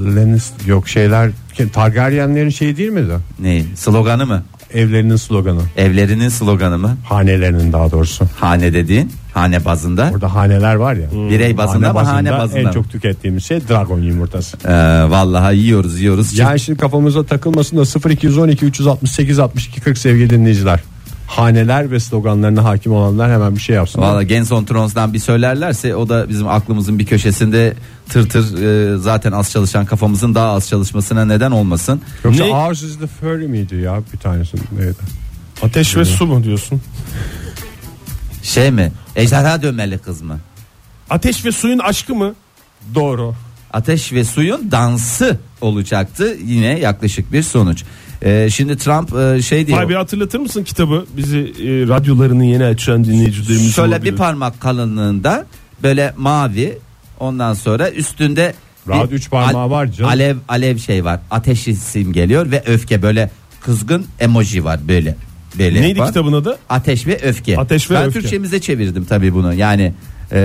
[SPEAKER 3] Lenis yok şeyler Targaryenlerin şeyi değil miydi?
[SPEAKER 5] Ne? Sloganı mı?
[SPEAKER 3] Evlerinin sloganı.
[SPEAKER 5] Evlerinin sloganı mı?
[SPEAKER 3] Hanelerinin daha doğrusu.
[SPEAKER 5] Hane dediğin hane bazında.
[SPEAKER 3] Orada haneler var ya.
[SPEAKER 5] Birey bazında mı, hane bazında
[SPEAKER 3] En
[SPEAKER 5] mı?
[SPEAKER 3] çok tükettiğimiz şey dragon yumurtası.
[SPEAKER 5] Ee, vallahi yiyoruz yiyoruz. Çift-
[SPEAKER 3] Yani şimdi kafamıza takılmasın da 0212 368 62 40 sevgili dinleyiciler. Haneler ve sloganlarına hakim olanlar hemen bir şey yapsınlar.
[SPEAKER 5] Valla Games on Thrones'dan bir söylerlerse o da bizim aklımızın bir köşesinde tır tır e, zaten az çalışan kafamızın daha az çalışmasına neden olmasın.
[SPEAKER 3] Yoksa
[SPEAKER 4] Ne?
[SPEAKER 3] Ours is the Fury miydi ya bir tanesi neydi?
[SPEAKER 4] Ateş ve su mu diyorsun?
[SPEAKER 5] Şey mi? Ejderha dönmeli kız mı?
[SPEAKER 4] Ateş ve suyun aşkı mı? Doğru.
[SPEAKER 5] Ateş ve suyun dansı olacaktı yine yaklaşık bir sonuç. Ee, şimdi Trump e, şey diyor.
[SPEAKER 4] Abi hatırlatır mısın kitabı? Bizi e, radyolarını yeni açan dinleyicilerimiz
[SPEAKER 5] Şöyle
[SPEAKER 4] olabilir.
[SPEAKER 5] bir parmak kalınlığında böyle mavi ondan sonra üstünde bir
[SPEAKER 3] Rahat üç parmağı var canım.
[SPEAKER 5] Alev alev şey var. Ateş isim geliyor ve öfke böyle kızgın emoji var böyle. Böyle
[SPEAKER 4] Neydi
[SPEAKER 5] var.
[SPEAKER 4] kitabın adı?
[SPEAKER 5] Ateş ve öfke.
[SPEAKER 4] Ateş ve
[SPEAKER 5] ben
[SPEAKER 4] öfke.
[SPEAKER 5] Türkçemize çevirdim tabii bunu. Yani e,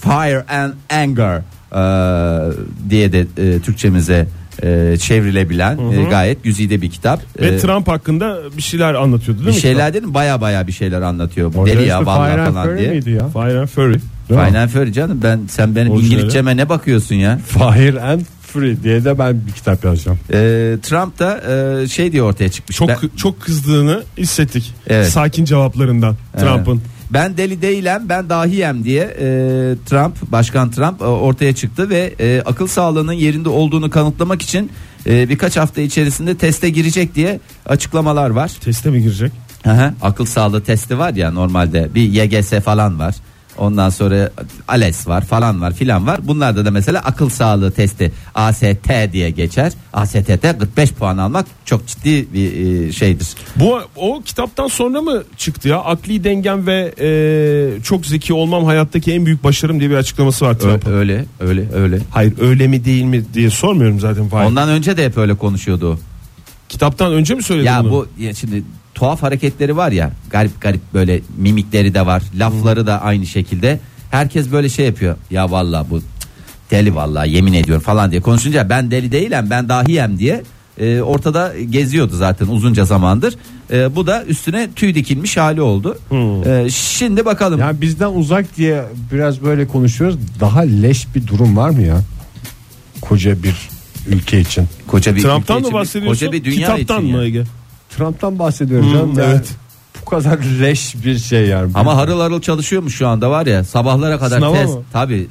[SPEAKER 5] fire and anger e, diye de e, Türkçemize e, çevrilebilen e, gayet güzide bir kitap.
[SPEAKER 4] Ve
[SPEAKER 5] E,
[SPEAKER 4] Trump hakkında Ee, bir şeyler anlatıyordu değil
[SPEAKER 5] bir
[SPEAKER 4] mi?
[SPEAKER 5] şeyler dedim baya baya bir şeyler anlatıyor. Bu
[SPEAKER 3] Orada
[SPEAKER 5] Deli
[SPEAKER 3] işte
[SPEAKER 5] ya vallahi
[SPEAKER 3] Fire and
[SPEAKER 5] falan
[SPEAKER 3] Fury
[SPEAKER 5] diye.
[SPEAKER 3] miydi ya?
[SPEAKER 4] kitap? Fire and Fury.
[SPEAKER 5] Final Fury canım ben sen benim
[SPEAKER 4] Orijinali.
[SPEAKER 5] İngilizceme ne bakıyorsun ya?
[SPEAKER 3] Fire and Fury diye de ben bir kitap yazacağım.
[SPEAKER 5] Ee, Trump da e, şey diye ortaya çıkmış.
[SPEAKER 4] Çok
[SPEAKER 5] ben,
[SPEAKER 4] çok kızdığını hissettik.
[SPEAKER 5] Evet.
[SPEAKER 4] Sakin cevaplarından Trump'ın.
[SPEAKER 5] ben deli değilim ben dahiyem diye e, Trump başkan Trump e, ortaya çıktı ve e, akıl sağlığının yerinde olduğunu kanıtlamak için e, birkaç hafta içerisinde teste girecek diye açıklamalar var.
[SPEAKER 4] Teste mi girecek?
[SPEAKER 5] Hı hı. Akıl sağlığı testi var ya normalde bir YGS falan var. Ondan sonra ALES var falan var filan var. Bunlarda da mesela akıl sağlığı testi AST diye geçer. AST'de 45 puan almak çok ciddi bir e, şeydir.
[SPEAKER 4] Bu o kitaptan sonra mı çıktı ya? Akli dengem ve e, çok zeki olmam hayattaki en büyük başarım diye bir açıklaması var
[SPEAKER 5] Ö-
[SPEAKER 4] Trump'ın.
[SPEAKER 5] öyle öyle öyle.
[SPEAKER 4] Hayır öyle mi değil mi diye sormuyorum zaten. Fahir.
[SPEAKER 5] Ondan önce de hep öyle konuşuyordu. o.
[SPEAKER 4] Kitaptan önce mi söyledi
[SPEAKER 5] Ya
[SPEAKER 4] bunu?
[SPEAKER 5] bu ya şimdi tuhaf hareketleri var ya. Garip garip böyle mimikleri de var. Lafları da aynı şekilde. Herkes böyle şey yapıyor. Ya vallahi bu cık, deli vallahi yemin ediyorum falan diye konuşunca ben deli değilim ben dahiyem diye e, ortada geziyordu zaten uzunca zamandır. E, bu da üstüne tüy dikilmiş hali oldu.
[SPEAKER 4] Hmm.
[SPEAKER 5] E, şimdi bakalım.
[SPEAKER 3] Yani bizden uzak diye biraz böyle konuşuyoruz. Daha leş bir durum var mı ya? Koca bir ülke için.
[SPEAKER 5] koca bir
[SPEAKER 4] Trump'tan
[SPEAKER 5] ülke
[SPEAKER 4] mı
[SPEAKER 5] için,
[SPEAKER 4] bahsediyorsun?
[SPEAKER 5] Koca bir dünya
[SPEAKER 4] Kitaptan
[SPEAKER 5] için
[SPEAKER 4] mı
[SPEAKER 5] ya.
[SPEAKER 4] Ege?
[SPEAKER 3] Trump'tan bahsediyorum canım.
[SPEAKER 4] Hmm,
[SPEAKER 3] Yani
[SPEAKER 4] evet.
[SPEAKER 3] Bu kadar leş bir şey yani.
[SPEAKER 5] Ama harıl harıl çalışıyormuş şu anda var ya sabahlara kadar
[SPEAKER 4] Sınava
[SPEAKER 5] test
[SPEAKER 4] mı?
[SPEAKER 5] tabi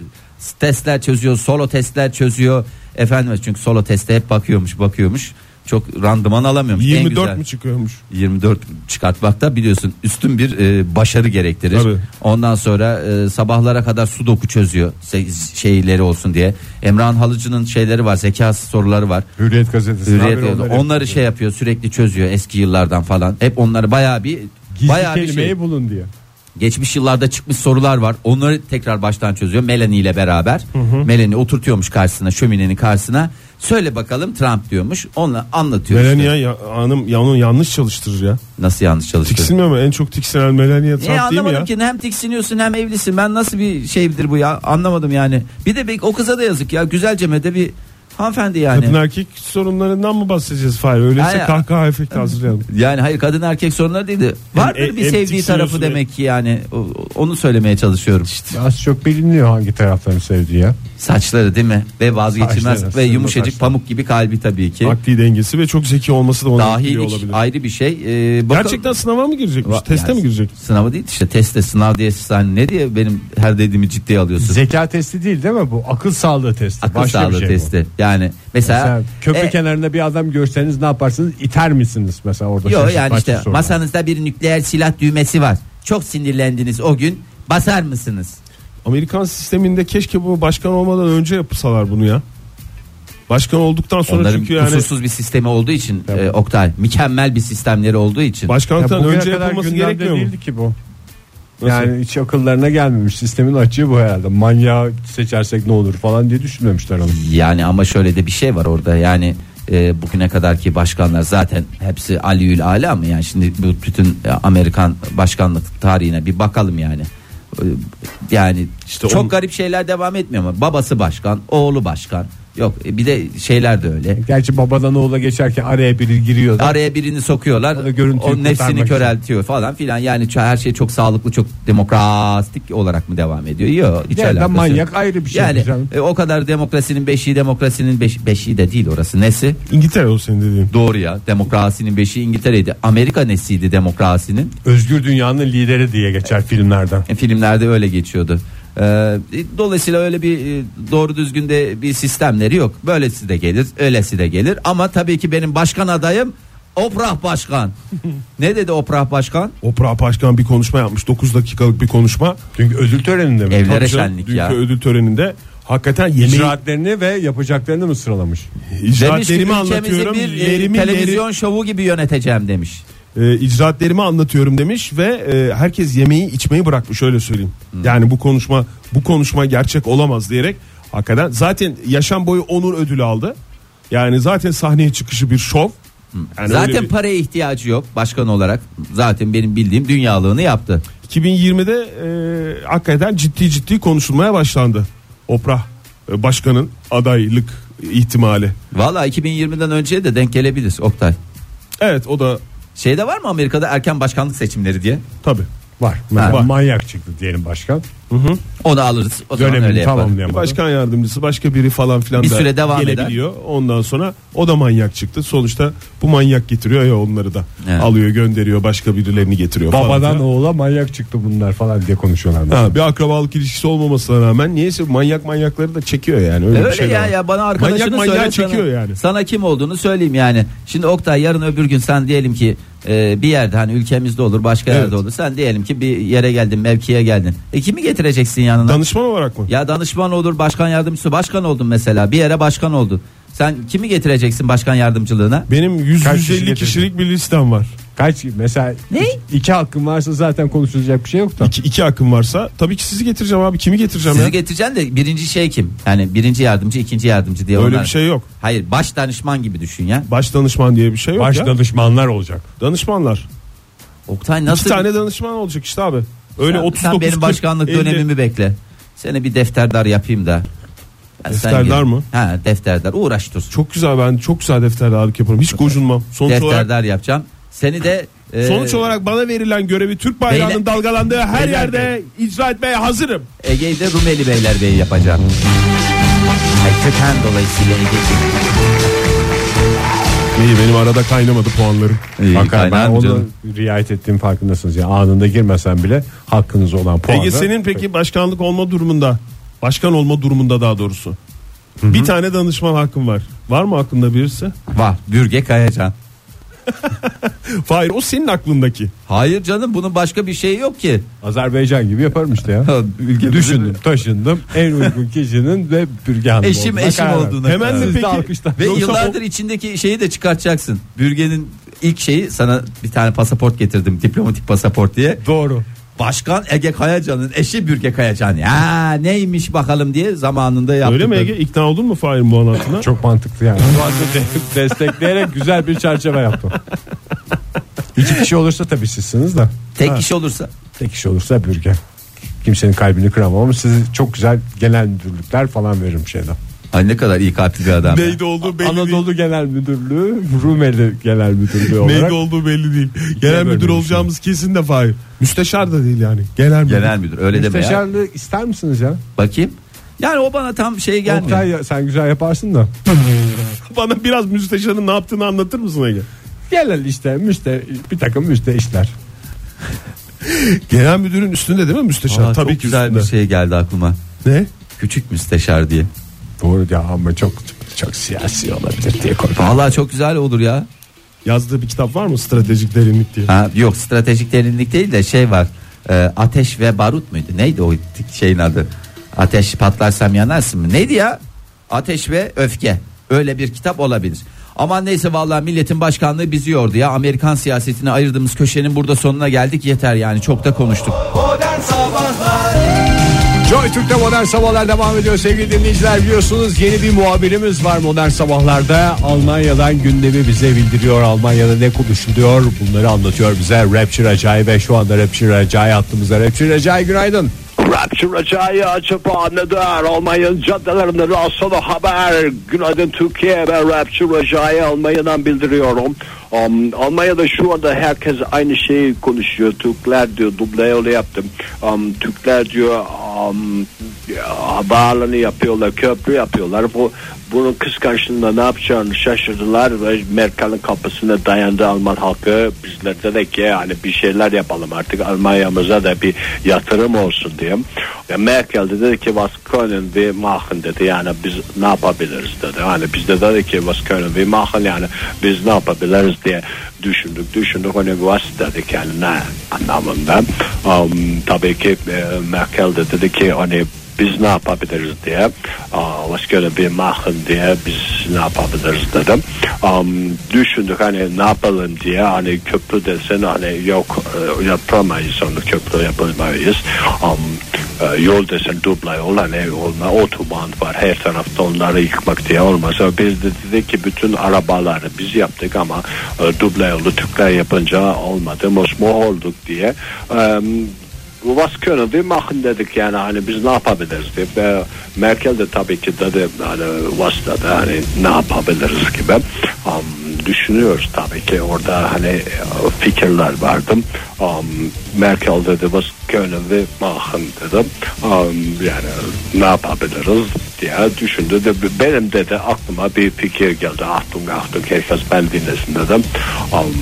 [SPEAKER 5] testler çözüyor solo testler çözüyor efendim çünkü solo teste hep bakıyormuş bakıyormuş çok randıman alamıyormuş. En
[SPEAKER 4] 24
[SPEAKER 5] güzel-
[SPEAKER 4] mü çıkıyormuş?
[SPEAKER 5] 24 çıkartmakta biliyorsun üstün bir e, başarı gerektirir.
[SPEAKER 4] Tabii.
[SPEAKER 5] Ondan sonra e, sabahlara kadar sudoku çözüyor se- şeyleri olsun diye. Emrah'ın Halıcı'nın şeyleri var zeka soruları var.
[SPEAKER 3] Hürriyet gazetesi.
[SPEAKER 5] Hürriyet yolu. onları, şey yapıyor sürekli çözüyor eski yıllardan falan. Hep onları bayağı bir
[SPEAKER 3] Gizli
[SPEAKER 5] bayağı bir
[SPEAKER 3] kelimeyi
[SPEAKER 5] şey.
[SPEAKER 3] bulun diye.
[SPEAKER 5] Geçmiş yıllarda çıkmış sorular var. Onları tekrar baştan çözüyor Melanie ile beraber. Melanie oturtuyormuş karşısına şöminenin karşısına. Söyle bakalım Trump diyormuş. Onu anlatıyor. işte.
[SPEAKER 4] Melania ya, hanım ya, onu yanlış çalıştırır ya.
[SPEAKER 5] Nasıl yanlış çalıştırıyor.
[SPEAKER 4] Tiksinmiyor mu? En çok tiksinen Melania
[SPEAKER 5] Niye
[SPEAKER 4] Trump değil mi
[SPEAKER 5] anlamadım
[SPEAKER 4] ya?
[SPEAKER 5] ki hem tiksiniyorsun hem evlisin. Ben nasıl bir şeydir bu ya? Anlamadım yani. Bir de bir, o kıza da yazık ya. Güzelceme de bir hanımefendi yani.
[SPEAKER 4] Kadın er- erkek sorunlarından mı bahsedeceğiz Fahir? Öyleyse
[SPEAKER 5] Yani-
[SPEAKER 4] kahkaha efekti hazırlayalım.
[SPEAKER 5] Yani hayır kadın erkek sorunları değil de vardır
[SPEAKER 4] em-
[SPEAKER 5] bir
[SPEAKER 4] em
[SPEAKER 5] sevdiği
[SPEAKER 4] e- tiksiniyorsun
[SPEAKER 5] tarafı
[SPEAKER 4] em-
[SPEAKER 5] demek ki yani O- o- onu söylemeye çalışıyorum.
[SPEAKER 3] Az çok biliniyor hangi taraflarını sevdiği ya.
[SPEAKER 5] Saçları değil mi? Ve vazgeçilmez
[SPEAKER 3] Saçları,
[SPEAKER 5] ve
[SPEAKER 3] sırma
[SPEAKER 5] yumuşacık
[SPEAKER 3] saçları.
[SPEAKER 5] pamuk gibi kalbi tabii ki.
[SPEAKER 4] Akli dengesi ve çok zeki olması da ona etkiliyor
[SPEAKER 5] Dahilik
[SPEAKER 4] olabilir.
[SPEAKER 5] ayrı bir şey. Ee, bakalım-
[SPEAKER 4] Gerçekten sınava mı girecekmiş?
[SPEAKER 5] Va-
[SPEAKER 4] Teste
[SPEAKER 5] yani
[SPEAKER 4] mi girecek?
[SPEAKER 5] Sınava değil işte teste sınav diye sen ne diye benim her dediğimi ciddiye alıyorsun.
[SPEAKER 3] Zeka testi değil değil mi bu? Akıl sağlığı testi.
[SPEAKER 5] Akıl
[SPEAKER 3] Başka
[SPEAKER 5] sağlığı
[SPEAKER 3] bir şey bu.
[SPEAKER 5] testi. Yani mesela,
[SPEAKER 3] Mesela köprü
[SPEAKER 5] E,
[SPEAKER 3] kenarında bir adam görseniz ne yaparsınız? İter misiniz mesela orada? Şey,
[SPEAKER 5] Yok
[SPEAKER 3] şaşırt
[SPEAKER 5] yani
[SPEAKER 3] başlı
[SPEAKER 5] işte
[SPEAKER 3] sorular.
[SPEAKER 5] masanızda bir nükleer silah düğmesi var. Çok sinirlendiniz o gün. Basar mısınız?
[SPEAKER 4] Amerikan sisteminde keşke bu başkan olmadan önce yapsalar bunu ya. Başkan olduktan sonra
[SPEAKER 5] Onların
[SPEAKER 4] çünkü yani
[SPEAKER 5] kusursuz bir sistemi olduğu için e, Oktay mükemmel bir sistemleri olduğu için.
[SPEAKER 3] Ya
[SPEAKER 4] başkanlıktan
[SPEAKER 3] bugüne
[SPEAKER 4] önce
[SPEAKER 3] kadar
[SPEAKER 4] yapılması
[SPEAKER 3] gündemde
[SPEAKER 4] gerekmiyor mu?
[SPEAKER 3] değildi ki bu. Yani hiç akıllarına gelmemiş. Sistemin açığı bu herhalde. Manyağı seçersek ne olur falan diye düşünmemişler onu.
[SPEAKER 5] Yani ama şöyle de bir şey var orada yani e, bugüne kadarki başkanlar zaten hepsi Aliül Ala mı yani şimdi bu bütün e, Amerikan başkanlık tarihine bir bakalım yani. E, Yani çok
[SPEAKER 4] on-
[SPEAKER 5] garip şeyler devam etmiyor ama babası başkan, oğlu başkan. Yok e, bir de şeyler de öyle.
[SPEAKER 3] Gerçi babadan oğula geçerken araya biri giriyor. da.
[SPEAKER 5] araya birini sokuyorlar.
[SPEAKER 3] da görüntüyü
[SPEAKER 5] O
[SPEAKER 3] kurtarmak
[SPEAKER 5] nefsini
[SPEAKER 3] için.
[SPEAKER 5] köreltiyor falan filan. Yani ç- her şey çok sağlıklı, çok demokratik olarak mı devam ediyor? Yok, hiç
[SPEAKER 3] Nereden
[SPEAKER 5] alakası yok.
[SPEAKER 3] manyak ayrı bir şey
[SPEAKER 5] Yani
[SPEAKER 3] canım.
[SPEAKER 5] e, o kadar demokrasinin beşiği demokrasinin beş, beşiği de değil orası. Nesi?
[SPEAKER 4] İngiltere o senin dediğin.
[SPEAKER 5] Doğru ya. Demokrasinin beşiği İngiltere'ydi. Amerika nesiydi demokrasinin?
[SPEAKER 3] Özgür dünyanın lideri diye geçer filmlerden.
[SPEAKER 5] E, filmlerde öyle geçiyordu. E, e, dolayısıyla öyle bir e, doğru düzgün de bir sistemleri yok. Böylesi de gelir, öylesi de gelir. Ama tabii ki benim başkan adayım Oprah Başkan. ne dedi Oprah Başkan?
[SPEAKER 4] Oprah Başkan bir konuşma yapmış. 9 dakikalık bir konuşma.
[SPEAKER 3] Çünkü ödül töreninde mi?
[SPEAKER 5] Evlere
[SPEAKER 4] Tabii canım,
[SPEAKER 5] şenlik
[SPEAKER 4] dünkü
[SPEAKER 5] ya.
[SPEAKER 4] ödül töreninde hakikaten yemeği
[SPEAKER 3] İcraatlerini ve yapacaklarını mı sıralamış?
[SPEAKER 5] Demiş ki
[SPEAKER 4] icraatlerimi
[SPEAKER 5] ülkemizi
[SPEAKER 4] anlatıyorum.
[SPEAKER 5] bir e,
[SPEAKER 4] lerimi,
[SPEAKER 5] televizyon şovu gibi yöneteceğim demiş.
[SPEAKER 4] leri- e, icraatlerimi anlatıyorum demiş ve e, herkes yemeği içmeyi bırakmış öyle söyleyeyim. Yani bu konuşma bu konuşma gerçek olamaz diyerek hakikaten zaten yaşam boyu onun ödülü aldı. Yani zaten sahneye çıkışı bir şov. Yani öyle
[SPEAKER 5] Zaten
[SPEAKER 4] bir-
[SPEAKER 5] paraya ihtiyacı yok başkan olarak. Zaten benim bildiğim dünyalığını yaptı.
[SPEAKER 4] 2020'de e, hakikaten ciddi ciddi konuşulmaya başlandı. Oprah e, başkanın adaylık ihtimali.
[SPEAKER 5] Valla 2020'den önce de denk gelebilir Oktay.
[SPEAKER 4] Evet o da
[SPEAKER 5] Şeyde var mı Amerika'da erken başkanlık seçimleri diye?
[SPEAKER 4] tabi.
[SPEAKER 3] Var. Mesela
[SPEAKER 4] Var.
[SPEAKER 3] Manyak çıktı diyelim başkan.
[SPEAKER 5] Onu alırız. O zaman öyle
[SPEAKER 3] Dönemini
[SPEAKER 5] yaparız.
[SPEAKER 3] tamamlayamadı.
[SPEAKER 4] Başkan yardımcısı başka biri falan filan
[SPEAKER 5] Bir
[SPEAKER 4] da
[SPEAKER 5] süre devam
[SPEAKER 4] gelebiliyor. Ondan sonra o da manyak çıktı. Sonuçta bu manyak getiriyor ya onları da.
[SPEAKER 5] Evet.
[SPEAKER 4] Alıyor gönderiyor başka birilerini getiriyor falan
[SPEAKER 3] Babadan
[SPEAKER 4] filan.
[SPEAKER 3] oğula manyak çıktı bunlar falan diye konuşuyorlar. mesela.
[SPEAKER 4] Ha, bir akrabalık ilişkisi olmamasına rağmen niyeyse manyak manyakları da çekiyor yani. Öyle,
[SPEAKER 5] E
[SPEAKER 4] bir
[SPEAKER 5] Öyle
[SPEAKER 4] şey de
[SPEAKER 5] ya
[SPEAKER 4] var.
[SPEAKER 5] ya bana arkadaşını
[SPEAKER 4] Manyak
[SPEAKER 5] söyle
[SPEAKER 4] manyağı çekiyor
[SPEAKER 5] sana,
[SPEAKER 4] yani.
[SPEAKER 5] sana kim olduğunu söyleyeyim yani. Şimdi Oktay yarın öbür gün sen diyelim ki e, bir yerde hani ülkemizde olur başka
[SPEAKER 4] Evet.
[SPEAKER 5] yerde olur. Sen diyelim ki bir yere geldin mevkiye geldin. E kimi getireceksin yanına?
[SPEAKER 4] Danışman olarak mı?
[SPEAKER 5] Ya danışman olur, başkan yardımcısı, başkan oldun mesela. Bir yere başkan oldun. Sen kimi getireceksin başkan yardımcılığına?
[SPEAKER 4] Benim 100
[SPEAKER 3] Kaç kişi
[SPEAKER 4] 150
[SPEAKER 3] getirdin?
[SPEAKER 4] kişilik bir listem var.
[SPEAKER 3] Kaç mesela
[SPEAKER 5] Ne?
[SPEAKER 3] iki hakkın varsa zaten konuşulacak bir şey yok da.
[SPEAKER 4] İki, iki hakkım varsa tabii ki sizi getireceğim abi. Kimi getireceğim ya?
[SPEAKER 5] Sizi getireceksin de birinci şey kim? Yani birinci yardımcı, ikinci yardımcı diye
[SPEAKER 4] Öyle
[SPEAKER 5] onlar-
[SPEAKER 4] bir şey yok.
[SPEAKER 5] Hayır, baş danışman gibi düşün ya.
[SPEAKER 4] Baş danışman diye bir şey yok
[SPEAKER 3] Baş
[SPEAKER 4] ya.
[SPEAKER 3] danışmanlar olacak.
[SPEAKER 4] Danışmanlar.
[SPEAKER 5] Oktay
[SPEAKER 4] Nasıl?
[SPEAKER 5] nasıl?
[SPEAKER 4] İki tane danışman olacak işte abi. Öyle
[SPEAKER 5] sen,
[SPEAKER 4] 39
[SPEAKER 5] sen benim
[SPEAKER 4] 40,
[SPEAKER 5] başkanlık
[SPEAKER 4] 50.
[SPEAKER 5] dönemimi bekle. Seni bir defterdar yapayım da. Ya sen
[SPEAKER 4] Defterdar
[SPEAKER 5] gel.
[SPEAKER 4] mı?
[SPEAKER 5] Ha, defterdar. Uğraş dur.
[SPEAKER 4] Çok güzel ben çok güzel defterdarlık yaparım. Hiç gocunmam. Sonuç
[SPEAKER 5] defterdar
[SPEAKER 4] olarak
[SPEAKER 5] yapacağım. Seni de e,
[SPEAKER 4] sonuç olarak bana verilen görevi Türk bayrağının
[SPEAKER 5] Beyler-
[SPEAKER 4] dalgalandığı her
[SPEAKER 5] Beyler
[SPEAKER 4] yerde icra etmeye hazırım.
[SPEAKER 5] Ege'yi de Rumeli Beyler Bey'i yapacağım. Hakikaten dolayısıyla Ege'ciğim.
[SPEAKER 4] İyi benim arada kaynamadı puanları.
[SPEAKER 5] İyi,
[SPEAKER 3] Bakar ben
[SPEAKER 5] kaynar mı
[SPEAKER 3] onu
[SPEAKER 5] canım?
[SPEAKER 3] riayet ettiğim farkındasınız. Yani anında girmesen bile hakkınız olan puanı.
[SPEAKER 4] Ege senin peki başkanlık olma durumunda başkan olma durumunda daha doğrusu Bir tane danışman hakkım var. Var mı aklında birisi?
[SPEAKER 5] Var. Bürge Kayacan.
[SPEAKER 4] Hayır o senin aklındaki.
[SPEAKER 5] Hayır canım bunun başka bir şeyi yok ki.
[SPEAKER 3] Azerbaycan gibi yaparım işte ya.
[SPEAKER 5] Ülkemizin-
[SPEAKER 3] Düşündüm taşındım en uygun kişinin ve Bürge Hanım
[SPEAKER 5] Eşim
[SPEAKER 3] olduğuna
[SPEAKER 5] eşim
[SPEAKER 3] karar verdim.
[SPEAKER 5] olduğuna.
[SPEAKER 4] Hemen
[SPEAKER 5] karar
[SPEAKER 4] de
[SPEAKER 5] ver.
[SPEAKER 4] peki.
[SPEAKER 3] alkışlar.
[SPEAKER 5] Ve
[SPEAKER 4] Yoksa
[SPEAKER 5] yıllardır içindeki şeyi de çıkartacaksın. Bürgenin ilk şeyi sana bir tane pasaport getirdim. Diplomatik pasaport diye.
[SPEAKER 3] Doğru.
[SPEAKER 5] Başkan Ege Kayacan'ın eşi Bürge Kayacan. Ya neymiş bakalım diye zamanında yaptı.
[SPEAKER 4] Öyle mi Ege? İkna oldun mu Fahir'in bu anlatına?
[SPEAKER 3] Çok mantıklı yani. Şu anda de- destekleyerek güzel bir çerçeve yaptım. İki kişi olursa tabii sizsiniz da.
[SPEAKER 5] Tek kişi olursa.
[SPEAKER 3] Tek kişi olursa Bürge. Kimsenin kalbini kıramam ama size çok güzel genel müdürlükler falan veririm şeyden.
[SPEAKER 5] Ay ne kadar iyi kalpli bir adam. ya.
[SPEAKER 4] Neydi olduğu belli değil.
[SPEAKER 3] Anadolu Genel Müdürlüğü, Rumeli Genel Müdürlüğü olarak.
[SPEAKER 4] Neydi olduğu belli değil. Genel
[SPEAKER 3] böyle
[SPEAKER 4] müdür
[SPEAKER 3] bir şey.
[SPEAKER 4] olacağımız kesin de Fahir. Müsteşar da değil yani. Genel müdür.
[SPEAKER 5] Genel müdür öyle deme ya.
[SPEAKER 3] Müsteşarlığı ister misiniz ya?
[SPEAKER 5] Bakayım. Yani o bana tam şey gelmiyor.
[SPEAKER 3] Oktay ya- sen güzel yaparsın da.
[SPEAKER 4] Bana biraz müsteşarın ne yaptığını anlatır mısın Ege?
[SPEAKER 3] Genel işte müste, bir takım müste işler.
[SPEAKER 4] Genel müdürün üstünde değil mi müsteşar?
[SPEAKER 5] Aa,
[SPEAKER 4] Tabii
[SPEAKER 5] çok
[SPEAKER 4] ki
[SPEAKER 5] güzel
[SPEAKER 4] üstünde.
[SPEAKER 5] bir şey geldi aklıma.
[SPEAKER 4] Ne?
[SPEAKER 5] Küçük müsteşar diye.
[SPEAKER 3] Doğru ya ama çok çok siyasi olabilir diye korkuyorum.
[SPEAKER 5] Vallahi çok güzel olur ya.
[SPEAKER 4] Yazdığı bir kitap var mı stratejik derinlik diye?
[SPEAKER 5] Ha, yok stratejik derinlik değil de şey var. Ee, ateş ve barut muydu? Neydi o şeyin adı? Ateş patlarsam yanarsın mı? Neydi ya? Ateş ve öfke. Öyle bir kitap olabilir. Ama neyse vallahi milletin başkanlığı bizi yordu ya. Amerikan siyasetine ayırdığımız köşenin burada sonuna geldik yeter yani çok da konuştuk.
[SPEAKER 2] Modern Sabahlar
[SPEAKER 3] Joy Türk'te modern sabahlar devam ediyor sevgili dinleyiciler biliyorsunuz yeni bir muhabirimiz var modern sabahlarda Almanya'dan gündemi bize bildiriyor Almanya'da ne konuşuluyor bunları anlatıyor bize Rapture Acai ve şu anda Rapture Acai hattımızda Rapture Acai günaydın
[SPEAKER 6] Rapture Acay'ı açıp anladı. Almanya'nın caddelerinde rastladı haber. Günaydın Türkiye ve Rapture Acay'ı Almanya'dan bildiriyorum. Um, Almanya'da şu anda herkes aynı şeyi konuşuyor. Türkler diyor duble öyle yaptım. Um, Türkler diyor um, havaalanı yapıyorlar, köprü yapıyorlar. Bu bunun kıskançlığında ne yapacağını şaşırdılar ve Merkel'in kapısına dayandı Alman halkı. Bizler dedik ki yani bir şeyler yapalım artık Almanya'mıza da bir yatırım olsun diye. Ve Merkel de dedi ki was können wir machen dedi yani biz ne yapabiliriz dedi. Yani biz de dedik ki was können wir machen yani biz ne yapabiliriz diye düşündük düşündük hani was dedik yani ne anlamında. Um, tabii ki e, Merkel de dedi ki hani biz ne yapabiliriz diye aa, başka da bir mahın diye biz ne yapabiliriz dedim Am, düşündük hani ne yapalım diye hani köprü desen hani yok e, yapamayız onu köprü yapamayız Am, e, yol desen dubla yol hani olma otoban var her tarafta onları yıkmak diye olmasa biz de dedik ki bütün arabaları biz yaptık ama e, dubla yolu Türkler yapınca olmadı mosmo olduk diye Em, Was können wir machen dedik yani hani biz ne yapabiliriz diye. Ve Merkel de tabii ki dedi hani was dedi hani ne yapabiliriz gibi. Um, düşünüyoruz tabii ki orada hani e, fikirler vardı. Um, Merkel dedi was können wir machen dedi. Um, yani ne yapabiliriz diye düşündü. De, benim dedi aklıma bir fikir geldi. Achtung Achtung herkes ben dinlesin dedim. Um,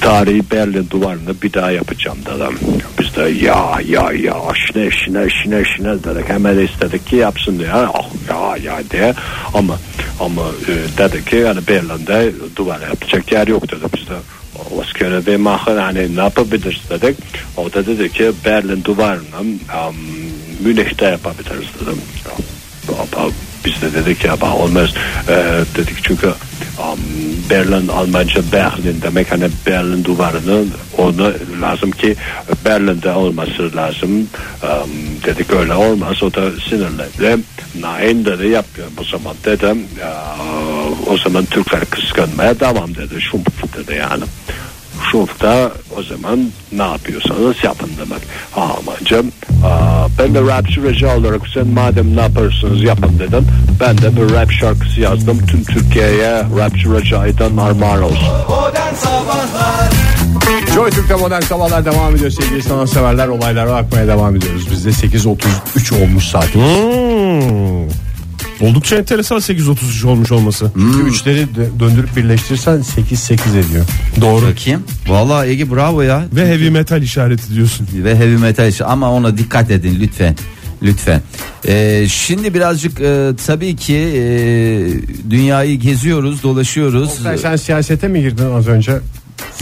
[SPEAKER 6] tarihi Berlin duvarını bir daha yapacağım dedim. Biz de ya ya ya şine şine şine şine dedik. Hemen istedik ki yapsın diye. Ah ya ya diye. Ama ama e, dedi ki yani Berlin'de duvar yapacak yer yok dedi. Biz de was können wir machen hani ne yapabiliriz dedik. O da dedi ki Berlin duvarını um, Münih'te yapabiliriz dedim. Ama Biz de dedik ya "Bah, olmaz Ee, dedik çünkü um, Berlin Almanca Berlin demek hani Berlin duvarının onu lazım ki Berlin'de olması lazım Um, dedik öyle olmaz o da sinirlendi nein dedi yapmıyorum o zaman dedim "Ya, o zaman Türkler kıskanmaya devam dedi şumpf dedi yani Şurada o zaman ne yapıyorsanız yapın demek. Ha amacım aa, ben de rap süreci olarak sen madem ne yaparsınız yapın dedim. Ben de bir rap şarkısı yazdım. Tüm Türkiye'ye rap süreci aydan armağan olsun.
[SPEAKER 2] Modern Sabahlar
[SPEAKER 3] Joy Türk'te modern sabahlar devam ediyor sevgili sanatseverler olaylara bakmaya devam ediyoruz bizde 8.33 olmuş saat
[SPEAKER 4] Hmm. Oldukça enteresan 8.33 olmuş olması.
[SPEAKER 3] Hmm. Üçleri dö- döndürüp birleştirirsen 8-8 ediyor
[SPEAKER 5] Doğru. Bakayım. Vallahi Ege bravo ya.
[SPEAKER 4] Ve heavy metal işareti diyorsun.
[SPEAKER 5] Ve heavy metal işi ama ona dikkat edin lütfen. Lütfen. Ee, şimdi birazcık e, tabii ki e, dünyayı geziyoruz, dolaşıyoruz.
[SPEAKER 3] Sen, sen siyasete mi girdin az önce?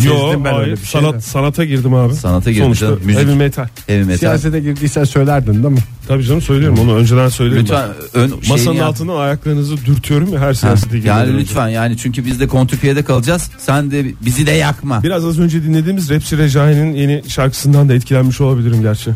[SPEAKER 4] Yo
[SPEAKER 3] Sezdim ben
[SPEAKER 4] hayır
[SPEAKER 3] öyle bir şey
[SPEAKER 4] sanat,
[SPEAKER 3] de.
[SPEAKER 4] sanata girdim abi.
[SPEAKER 5] Sanata girdim
[SPEAKER 4] Sonuçta
[SPEAKER 5] canım, müzik. E-
[SPEAKER 4] heavy metal.
[SPEAKER 5] Heavy metal.
[SPEAKER 3] Siyasete girdiysen söylerdin değil mi?
[SPEAKER 4] Tabii canım söylüyorum onu önceden söylüyorum.
[SPEAKER 5] Lütfen ön şeyini
[SPEAKER 4] Masanın
[SPEAKER 5] yap.
[SPEAKER 4] altından ayaklarınızı dürtüyorum ya her
[SPEAKER 5] Ha,
[SPEAKER 4] siyasete girmeden
[SPEAKER 5] Yani
[SPEAKER 4] önce.
[SPEAKER 5] lütfen yani çünkü biz de kontrpiyede kalacağız. Sen de bizi de yakma.
[SPEAKER 4] Biraz az önce dinlediğimiz Rapsi Recai'nin yeni şarkısından da etkilenmiş olabilirim gerçi.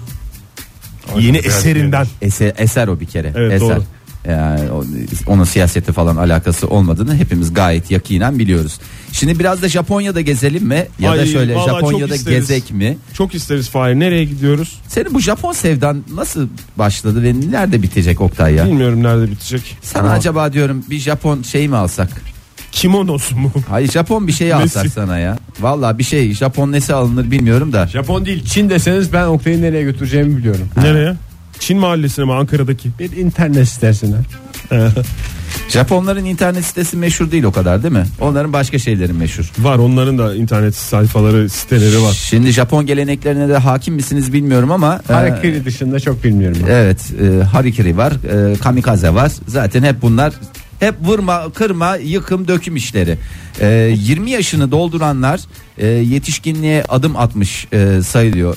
[SPEAKER 4] yeni eserinden.
[SPEAKER 5] Eser, eser o bir kere.
[SPEAKER 4] Evet,
[SPEAKER 5] eser.
[SPEAKER 4] doğru.
[SPEAKER 5] Yani o- onun siyasete falan alakası olmadığını hepimiz gayet yakinen biliyoruz. Şimdi biraz da Japonya'da gezelim mi? Ya da
[SPEAKER 4] Ay,
[SPEAKER 5] şöyle
[SPEAKER 4] vallahi çok
[SPEAKER 5] Japonya'da
[SPEAKER 4] isteriz.
[SPEAKER 5] gezek mi?
[SPEAKER 4] Çok isteriz Fahir. Nereye gidiyoruz?
[SPEAKER 5] Senin bu Japon sevdan nasıl başladı ve nerede bitecek Oktay ya?
[SPEAKER 4] Bilmiyorum nerede bitecek.
[SPEAKER 5] Sana acaba diyorum bir Japon şey mi alsak?
[SPEAKER 4] Kimonosu mu?
[SPEAKER 5] Hayır Japon bir şey alsak
[SPEAKER 4] Nesi?
[SPEAKER 5] sana ya. Vallahi bir şey Japon nesi alınır bilmiyorum da.
[SPEAKER 3] Japon değil Çin deseniz ben Oktay'ı nereye götüreceğimi biliyorum.
[SPEAKER 4] Nereye? Çin mahallesine mi Ankara'daki?
[SPEAKER 3] Bir internet sitesine.
[SPEAKER 5] Japonların internet sitesi meşhur değil o kadar değil mi? Onların başka şeyleri meşhur.
[SPEAKER 4] Var onların da internet sayfaları siteleri var.
[SPEAKER 5] Şimdi Japon geleneklerine de hakim misiniz bilmiyorum ama
[SPEAKER 4] Ee.
[SPEAKER 5] e,
[SPEAKER 3] Harakiri dışında çok bilmiyorum. ben.
[SPEAKER 5] evet e, harikiri var, e, kamikaze var. Zaten hep bunlar hep vurma, kırma, yıkım, döküm işleri. E, 20 yaşını dolduranlar e, yetişkinliğe adım atmış e, sayılıyor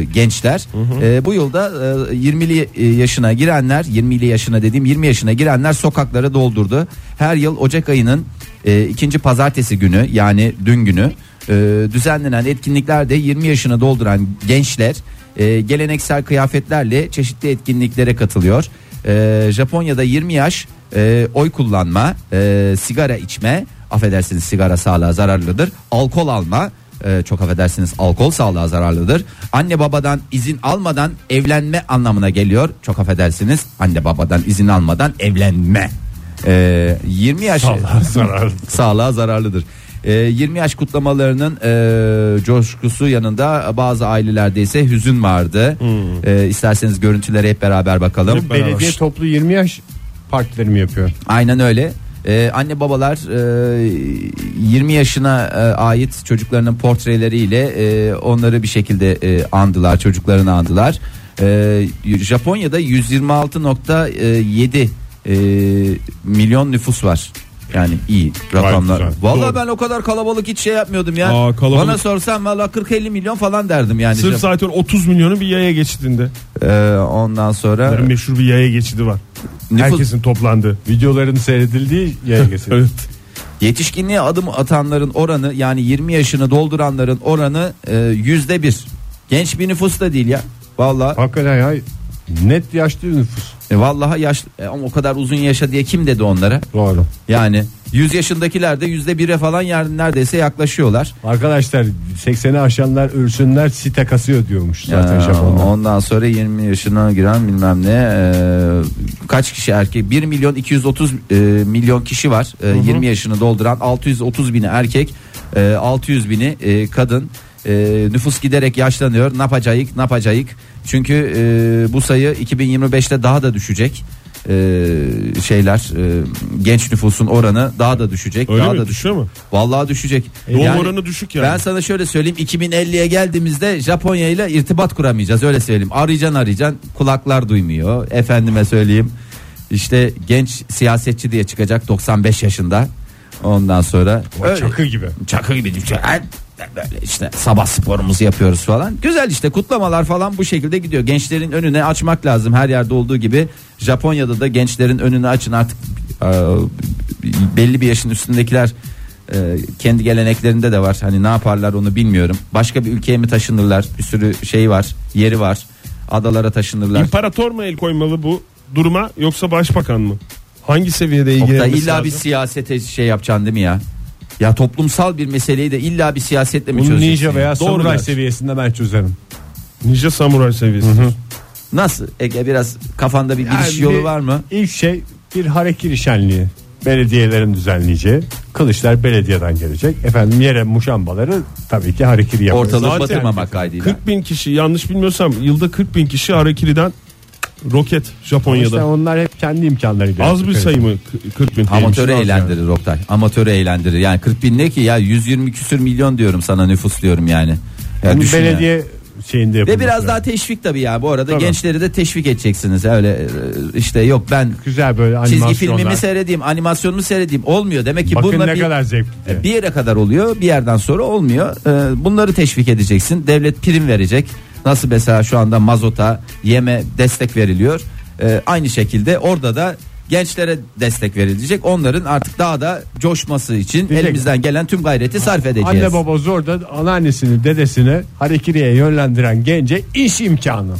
[SPEAKER 5] e, gençler. E, bu yılda e, 20'li e, yaşına girenler, 20'li yaşına dediğim 20 yaşına girenler sokakları doldurdu. Her yıl Ocak ayının e, ikinci pazartesi günü yani dün günü e, düzenlenen etkinliklerde 20 yaşını dolduran gençler e, geleneksel kıyafetlerle çeşitli etkinliklere katılıyor. E, Japonya'da 20 yaş e, oy kullanma, e, sigara içme, affedersiniz sigara sağlığa zararlıdır, alkol alma, e, çok affedersiniz alkol sağlığa zararlıdır. Anne babadan izin almadan evlenme anlamına geliyor. Çok affedersiniz anne babadan izin almadan evlenme. E, 20 yaş
[SPEAKER 4] Ee,
[SPEAKER 5] sağlığa zararlıdır. Ee, 20 yaş kutlamalarının e, coşkusu yanında bazı ailelerde ise hüzün vardı. Ee, isterseniz görüntülere Hmm. hep beraber bakalım.
[SPEAKER 3] Belediye toplu 20 yaş partileri mi yapıyor?
[SPEAKER 5] Aynen öyle. Ee, anne babalar e, 20 yaşına e, ait çocuklarının portreleriyle e, onları bir şekilde e, andılar, çocuklarını andılar. Ee, Japonya'da 126.7 e, milyon nüfus var. Yani iyi rakamlar.
[SPEAKER 4] güzel.
[SPEAKER 5] Vallahi
[SPEAKER 4] Doğru.
[SPEAKER 5] ben o kadar kalabalık hiç şey yapmıyordum ya.
[SPEAKER 4] Aa, kalabalık.
[SPEAKER 5] Bana sorsan valla 40-50 milyon falan derdim yani.
[SPEAKER 4] Sırf zaten 30 milyonun bir yaya geçidinde.
[SPEAKER 5] Ee, ondan sonra
[SPEAKER 4] Onların meşhur bir yaya geçidi var.
[SPEAKER 5] nüfus-
[SPEAKER 4] Herkesin toplandığı.
[SPEAKER 3] Videoların seyredildiği yayın geçiyor.
[SPEAKER 4] Evet.
[SPEAKER 5] Yetişkinliğe adım atanların oranı yani 20 yaşını dolduranların oranı e, yüzde bir. Genç bir nüfus da değil ya. Vallahi
[SPEAKER 3] Hakikaten ya net yaşlı nüfus.
[SPEAKER 5] e, vallahi yaş e, ama o kadar uzun yaşa diye kim dedi onlara?
[SPEAKER 3] Doğru.
[SPEAKER 5] Yani 100 yaşındakiler de yüzde bire falan yer, neredeyse yaklaşıyorlar.
[SPEAKER 3] Arkadaşlar 80'i aşanlar ölsünler site kasıyor diyormuş zaten
[SPEAKER 5] Ee,
[SPEAKER 3] Japonlar.
[SPEAKER 5] ondan sonra 20 yaşına giren bilmem ne e, kaç kişi erkek 1 milyon 230 e, milyon kişi var E, 20 yaşını dolduran 630 bini erkek e, 600 bini e, kadın E, nüfus giderek yaşlanıyor ne yapacağız ne yapacağız çünkü e, bu sayı 2025'te daha da düşecek E, şeyler e, genç nüfusun oranı daha da düşecek
[SPEAKER 4] Öyle
[SPEAKER 5] daha
[SPEAKER 4] mi?
[SPEAKER 5] da
[SPEAKER 4] Düşüyor mu?
[SPEAKER 5] Vallahi düşecek.
[SPEAKER 4] Doğum oranı düşük yani.
[SPEAKER 5] Ben sana şöyle söyleyeyim 2050'ye geldiğimizde Japonya ile irtibat kuramayacağız öyle söyleyeyim. Arayacaksın arayacaksın kulaklar duymuyor. Efendime söyleyeyim işte genç siyasetçi diye çıkacak 95 yaşında. Ondan sonra öyle,
[SPEAKER 3] Çakı gibi.
[SPEAKER 5] çakı gibi böyle işte sabah sporumuzu yapıyoruz falan. Güzel işte kutlamalar falan bu şekilde gidiyor. Gençlerin önüne açmak lazım her yerde olduğu gibi. Japonya'da da gençlerin önünü açın artık e, belli bir yaşın üstündekiler e, kendi geleneklerinde de var. Hani ne yaparlar onu bilmiyorum. Başka bir ülkeye mi taşınırlar? Bir sürü şey var, yeri var. Adalara taşınırlar.
[SPEAKER 4] İmparator mu el koymalı bu duruma yoksa başbakan mı? Hangi seviyede
[SPEAKER 5] Oktay
[SPEAKER 4] ilgilenmesi
[SPEAKER 5] illa bir
[SPEAKER 4] lazım?
[SPEAKER 5] siyasete şey yapacaksın değil mi ya? Ya toplumsal bir meseleyi de illa bir siyasetle mi
[SPEAKER 3] Bunu
[SPEAKER 5] çözeceksin?
[SPEAKER 3] ninja veya
[SPEAKER 5] Doğru
[SPEAKER 3] samuray
[SPEAKER 5] diyorsun.
[SPEAKER 3] seviyesinde ben çözerim.
[SPEAKER 4] Ninja samuray seviyesi.
[SPEAKER 5] Nasıl Ege biraz kafanda bir giriş
[SPEAKER 3] Yani
[SPEAKER 5] yolu
[SPEAKER 3] bir-
[SPEAKER 5] var mı?
[SPEAKER 3] İlk şey bir harekiri şenliği. Belediyelerin düzenleyeceği. Kılıçlar belediyeden gelecek. Efendim yere muşambaları tabii ki harekiri yapacak.
[SPEAKER 5] Ortalığı
[SPEAKER 4] zaten-
[SPEAKER 5] batırmamak kaydıyla.
[SPEAKER 4] 40 bin kişi yanlış bilmiyorsam yılda 40 bin kişi harekiriden roket
[SPEAKER 3] İşte
[SPEAKER 4] Japonya'da.
[SPEAKER 3] onlar hep kendi imkanlarıyla.
[SPEAKER 4] Az bir
[SPEAKER 3] yapacak.
[SPEAKER 4] sayı mı K- 40 bin?
[SPEAKER 3] şey
[SPEAKER 5] Amatörü
[SPEAKER 4] Az yani.
[SPEAKER 5] eğlendirir Oktay. Amatörü eğlendirir. Yani 40 bin ne ki ya 120 küsür milyon diyorum sana nüfus diyorum yani. Ya
[SPEAKER 3] Bunu
[SPEAKER 5] düşün yani.
[SPEAKER 3] belediye şeyinde
[SPEAKER 5] Ve
[SPEAKER 3] yapılması
[SPEAKER 5] biraz
[SPEAKER 3] lazım.
[SPEAKER 5] daha teşvik tabii ya. Bu arada gençleri de teşvik edeceksiniz. Öyle e, işte yok ben
[SPEAKER 3] güzel böyle animasyonlar.
[SPEAKER 5] çizgi filmimi seyredeyim, animasyonumu seyredeyim. Olmuyor. Demek ki
[SPEAKER 3] Bakın
[SPEAKER 5] bununla
[SPEAKER 3] ne
[SPEAKER 5] bir,
[SPEAKER 3] kadar zevkli.
[SPEAKER 5] E, bir yere kadar oluyor. Bir yerden sonra olmuyor. E, bunları teşvik edeceksin. Devlet prim verecek. Nasıl mesela şu anda mazota, yeme destek veriliyor. E, aynı şekilde orada da gençlere destek verilecek. Onların artık daha da coşması için
[SPEAKER 3] Diyecek.
[SPEAKER 5] elimizden gelen tüm gayreti sarf edeceğiz.
[SPEAKER 3] Anne baba zor da anneannesini dedesini harekiriye yönlendiren gence iş imkanı.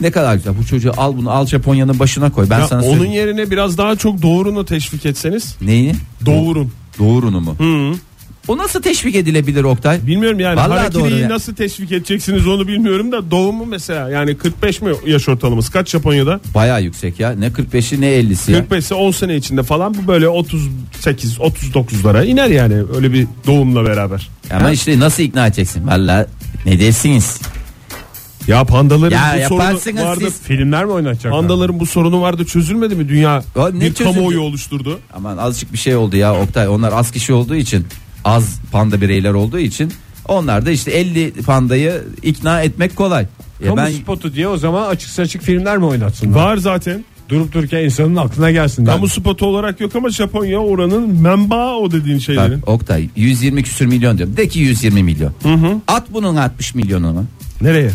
[SPEAKER 5] Ne kadar güzel. Bu çocuğu al bunu al Japonya'nın başına koy. Ben
[SPEAKER 4] Ya
[SPEAKER 5] sana
[SPEAKER 4] onun
[SPEAKER 5] söyleyeyim.
[SPEAKER 4] yerine biraz daha çok doğrunu teşvik etseniz.
[SPEAKER 5] Neyi?
[SPEAKER 4] Doğurun.
[SPEAKER 5] Doğurunu mu? O nasıl teşvik edilebilir Oktay?
[SPEAKER 4] Bilmiyorum yani
[SPEAKER 5] Vallahi doğru
[SPEAKER 4] hareketliği
[SPEAKER 5] ya.
[SPEAKER 4] nasıl teşvik edeceksiniz onu bilmiyorum da doğumu mesela yani 45 mi yaş ortalaması kaç Japonya'da?
[SPEAKER 5] Bayağı yüksek ya. Ne 45'i ne 50'si ya.
[SPEAKER 4] 45 ise 10 sene içinde falan bu böyle 38 39'lara iner
[SPEAKER 3] Ee,
[SPEAKER 4] yani öyle bir doğumla beraber.
[SPEAKER 5] Ama işte nasıl ikna edeceksin? Valla ne dersiniz?
[SPEAKER 4] Ya pandaların
[SPEAKER 5] Ya
[SPEAKER 4] bu sorunu
[SPEAKER 5] yaparsınız
[SPEAKER 4] vardı.
[SPEAKER 5] siz.
[SPEAKER 3] Filmler mi oynatacaklar?
[SPEAKER 4] Pandaların bu sorunu vardı çözülmedi mi dünya?
[SPEAKER 5] Ya ne
[SPEAKER 4] bir
[SPEAKER 5] çözüldü?
[SPEAKER 4] kamuoyu oluşturdu.
[SPEAKER 5] Aman azıcık bir şey oldu ya Oktay. Onlar az kişi olduğu için az panda bireyler olduğu için onlar da işte 50 pandayı ikna etmek kolay. Ya
[SPEAKER 3] Kamu
[SPEAKER 5] E ben
[SPEAKER 3] spotu diye o zaman açık saçık filmler mi oynatsınlar?
[SPEAKER 4] Var zaten.
[SPEAKER 3] Durup dururken insanın aklına gelsin.
[SPEAKER 4] Kamu spotu olarak yok ama Japonya oranın menbaı o dediğin
[SPEAKER 5] Bak,
[SPEAKER 4] şeylerin.
[SPEAKER 5] Oktay 120 küsür milyon diyorum. De ki 120 milyon. At bunun 60 milyonunu.
[SPEAKER 4] Nereye?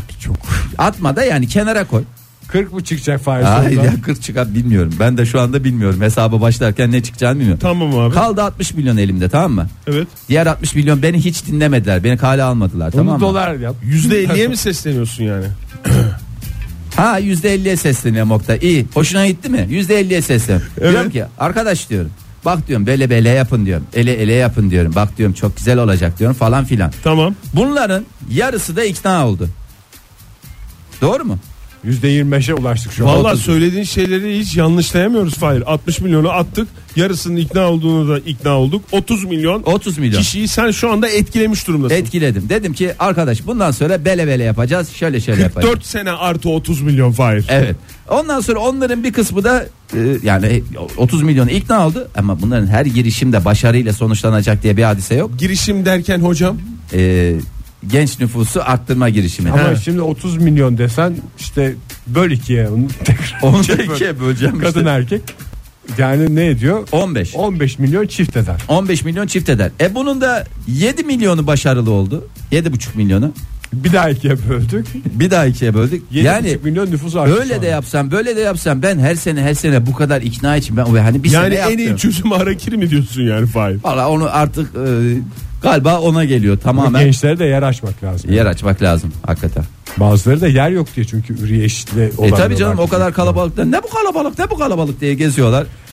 [SPEAKER 5] Atma da yani kenara koy.
[SPEAKER 3] 40 mı çıkacak faiz?
[SPEAKER 5] Hayır
[SPEAKER 3] sonunda?
[SPEAKER 5] ya 40 çıkar bilmiyorum. Ben de şu anda bilmiyorum. Hesaba başlarken ne çıkacağını bilmiyorum.
[SPEAKER 4] Tamam abi.
[SPEAKER 5] Kaldı 60 milyon elimde tamam mı?
[SPEAKER 4] Evet.
[SPEAKER 5] Diğer 60 milyon beni hiç dinlemediler. Beni kale almadılar
[SPEAKER 3] Bunu
[SPEAKER 5] tamam mı?
[SPEAKER 3] dolar yap.
[SPEAKER 4] %50'ye mi sesleniyorsun yani?
[SPEAKER 5] Ha %50'ye sesleniyor Oktay. İyi. Hoşuna gitti mi? %50'ye seslen. Diyorum ki arkadaş diyorum. Bak diyorum böyle böyle yapın diyorum. Ele ele yapın diyorum. Bak diyorum çok güzel olacak diyorum falan filan.
[SPEAKER 4] Tamam.
[SPEAKER 5] Bunların yarısı da ikna oldu. Doğru mu?
[SPEAKER 3] %25'e ulaştık şu an.
[SPEAKER 4] Valla
[SPEAKER 5] otuz.
[SPEAKER 4] söylediğin şeyleri hiç yanlışlayamıyoruz Fahir. 60 milyonu attık. Yarısının ikna olduğunu da ikna olduk. 30 milyon
[SPEAKER 5] 30 milyon.
[SPEAKER 4] kişiyi sen şu anda etkilemiş durumdasın.
[SPEAKER 5] Etkiledim. Dedim ki arkadaş bundan sonra bele bele yapacağız. Şöyle şöyle yapacağız.
[SPEAKER 4] 4 sene artı 30 milyon Fahir.
[SPEAKER 5] Evet. Ondan sonra onların bir kısmı da e, yani 30 milyonu ikna oldu ama bunların her girişimde başarıyla sonuçlanacak diye bir hadise yok.
[SPEAKER 4] Girişim derken hocam
[SPEAKER 5] E, genç nüfusu arttırma girişimi.
[SPEAKER 3] Ama şimdi 30 milyon desen işte böl ikiye onu tekrar
[SPEAKER 5] Onu da ikiye böleceğim işte.
[SPEAKER 3] kadın er- erkek. Yani ne ediyor?
[SPEAKER 5] 15.
[SPEAKER 3] 15 milyon çift eder.
[SPEAKER 5] 15 milyon çift eder. E bunun da 7 milyonu başarılı oldu. 7,5 milyonu.
[SPEAKER 3] Bir daha ikiye böldük.
[SPEAKER 5] Bir daha ikiye böldük.
[SPEAKER 3] 7,5
[SPEAKER 5] yani
[SPEAKER 3] milyon nüfus arttı. şu
[SPEAKER 5] böyle de
[SPEAKER 3] anda.
[SPEAKER 5] yapsam böyle de yapsam ben her sene her sene bu kadar ikna için ben hani bir
[SPEAKER 4] yani
[SPEAKER 5] sene
[SPEAKER 4] en iyi
[SPEAKER 5] yaptım.
[SPEAKER 4] çözüm harekiri mi diyorsun yani Fahir?
[SPEAKER 5] Valla onu artık e, galiba ona geliyor tamamen.
[SPEAKER 3] Gençlere de yer açmak lazım.
[SPEAKER 5] Yer açmak lazım hakikaten.
[SPEAKER 3] Bazıları da yer yok diye çünkü üreyi eşitli
[SPEAKER 5] E
[SPEAKER 3] olanlar.
[SPEAKER 5] tabi canım
[SPEAKER 3] var.
[SPEAKER 5] o kadar kalabalıkta ne bu kalabalık ne bu kalabalık diye geziyorlar.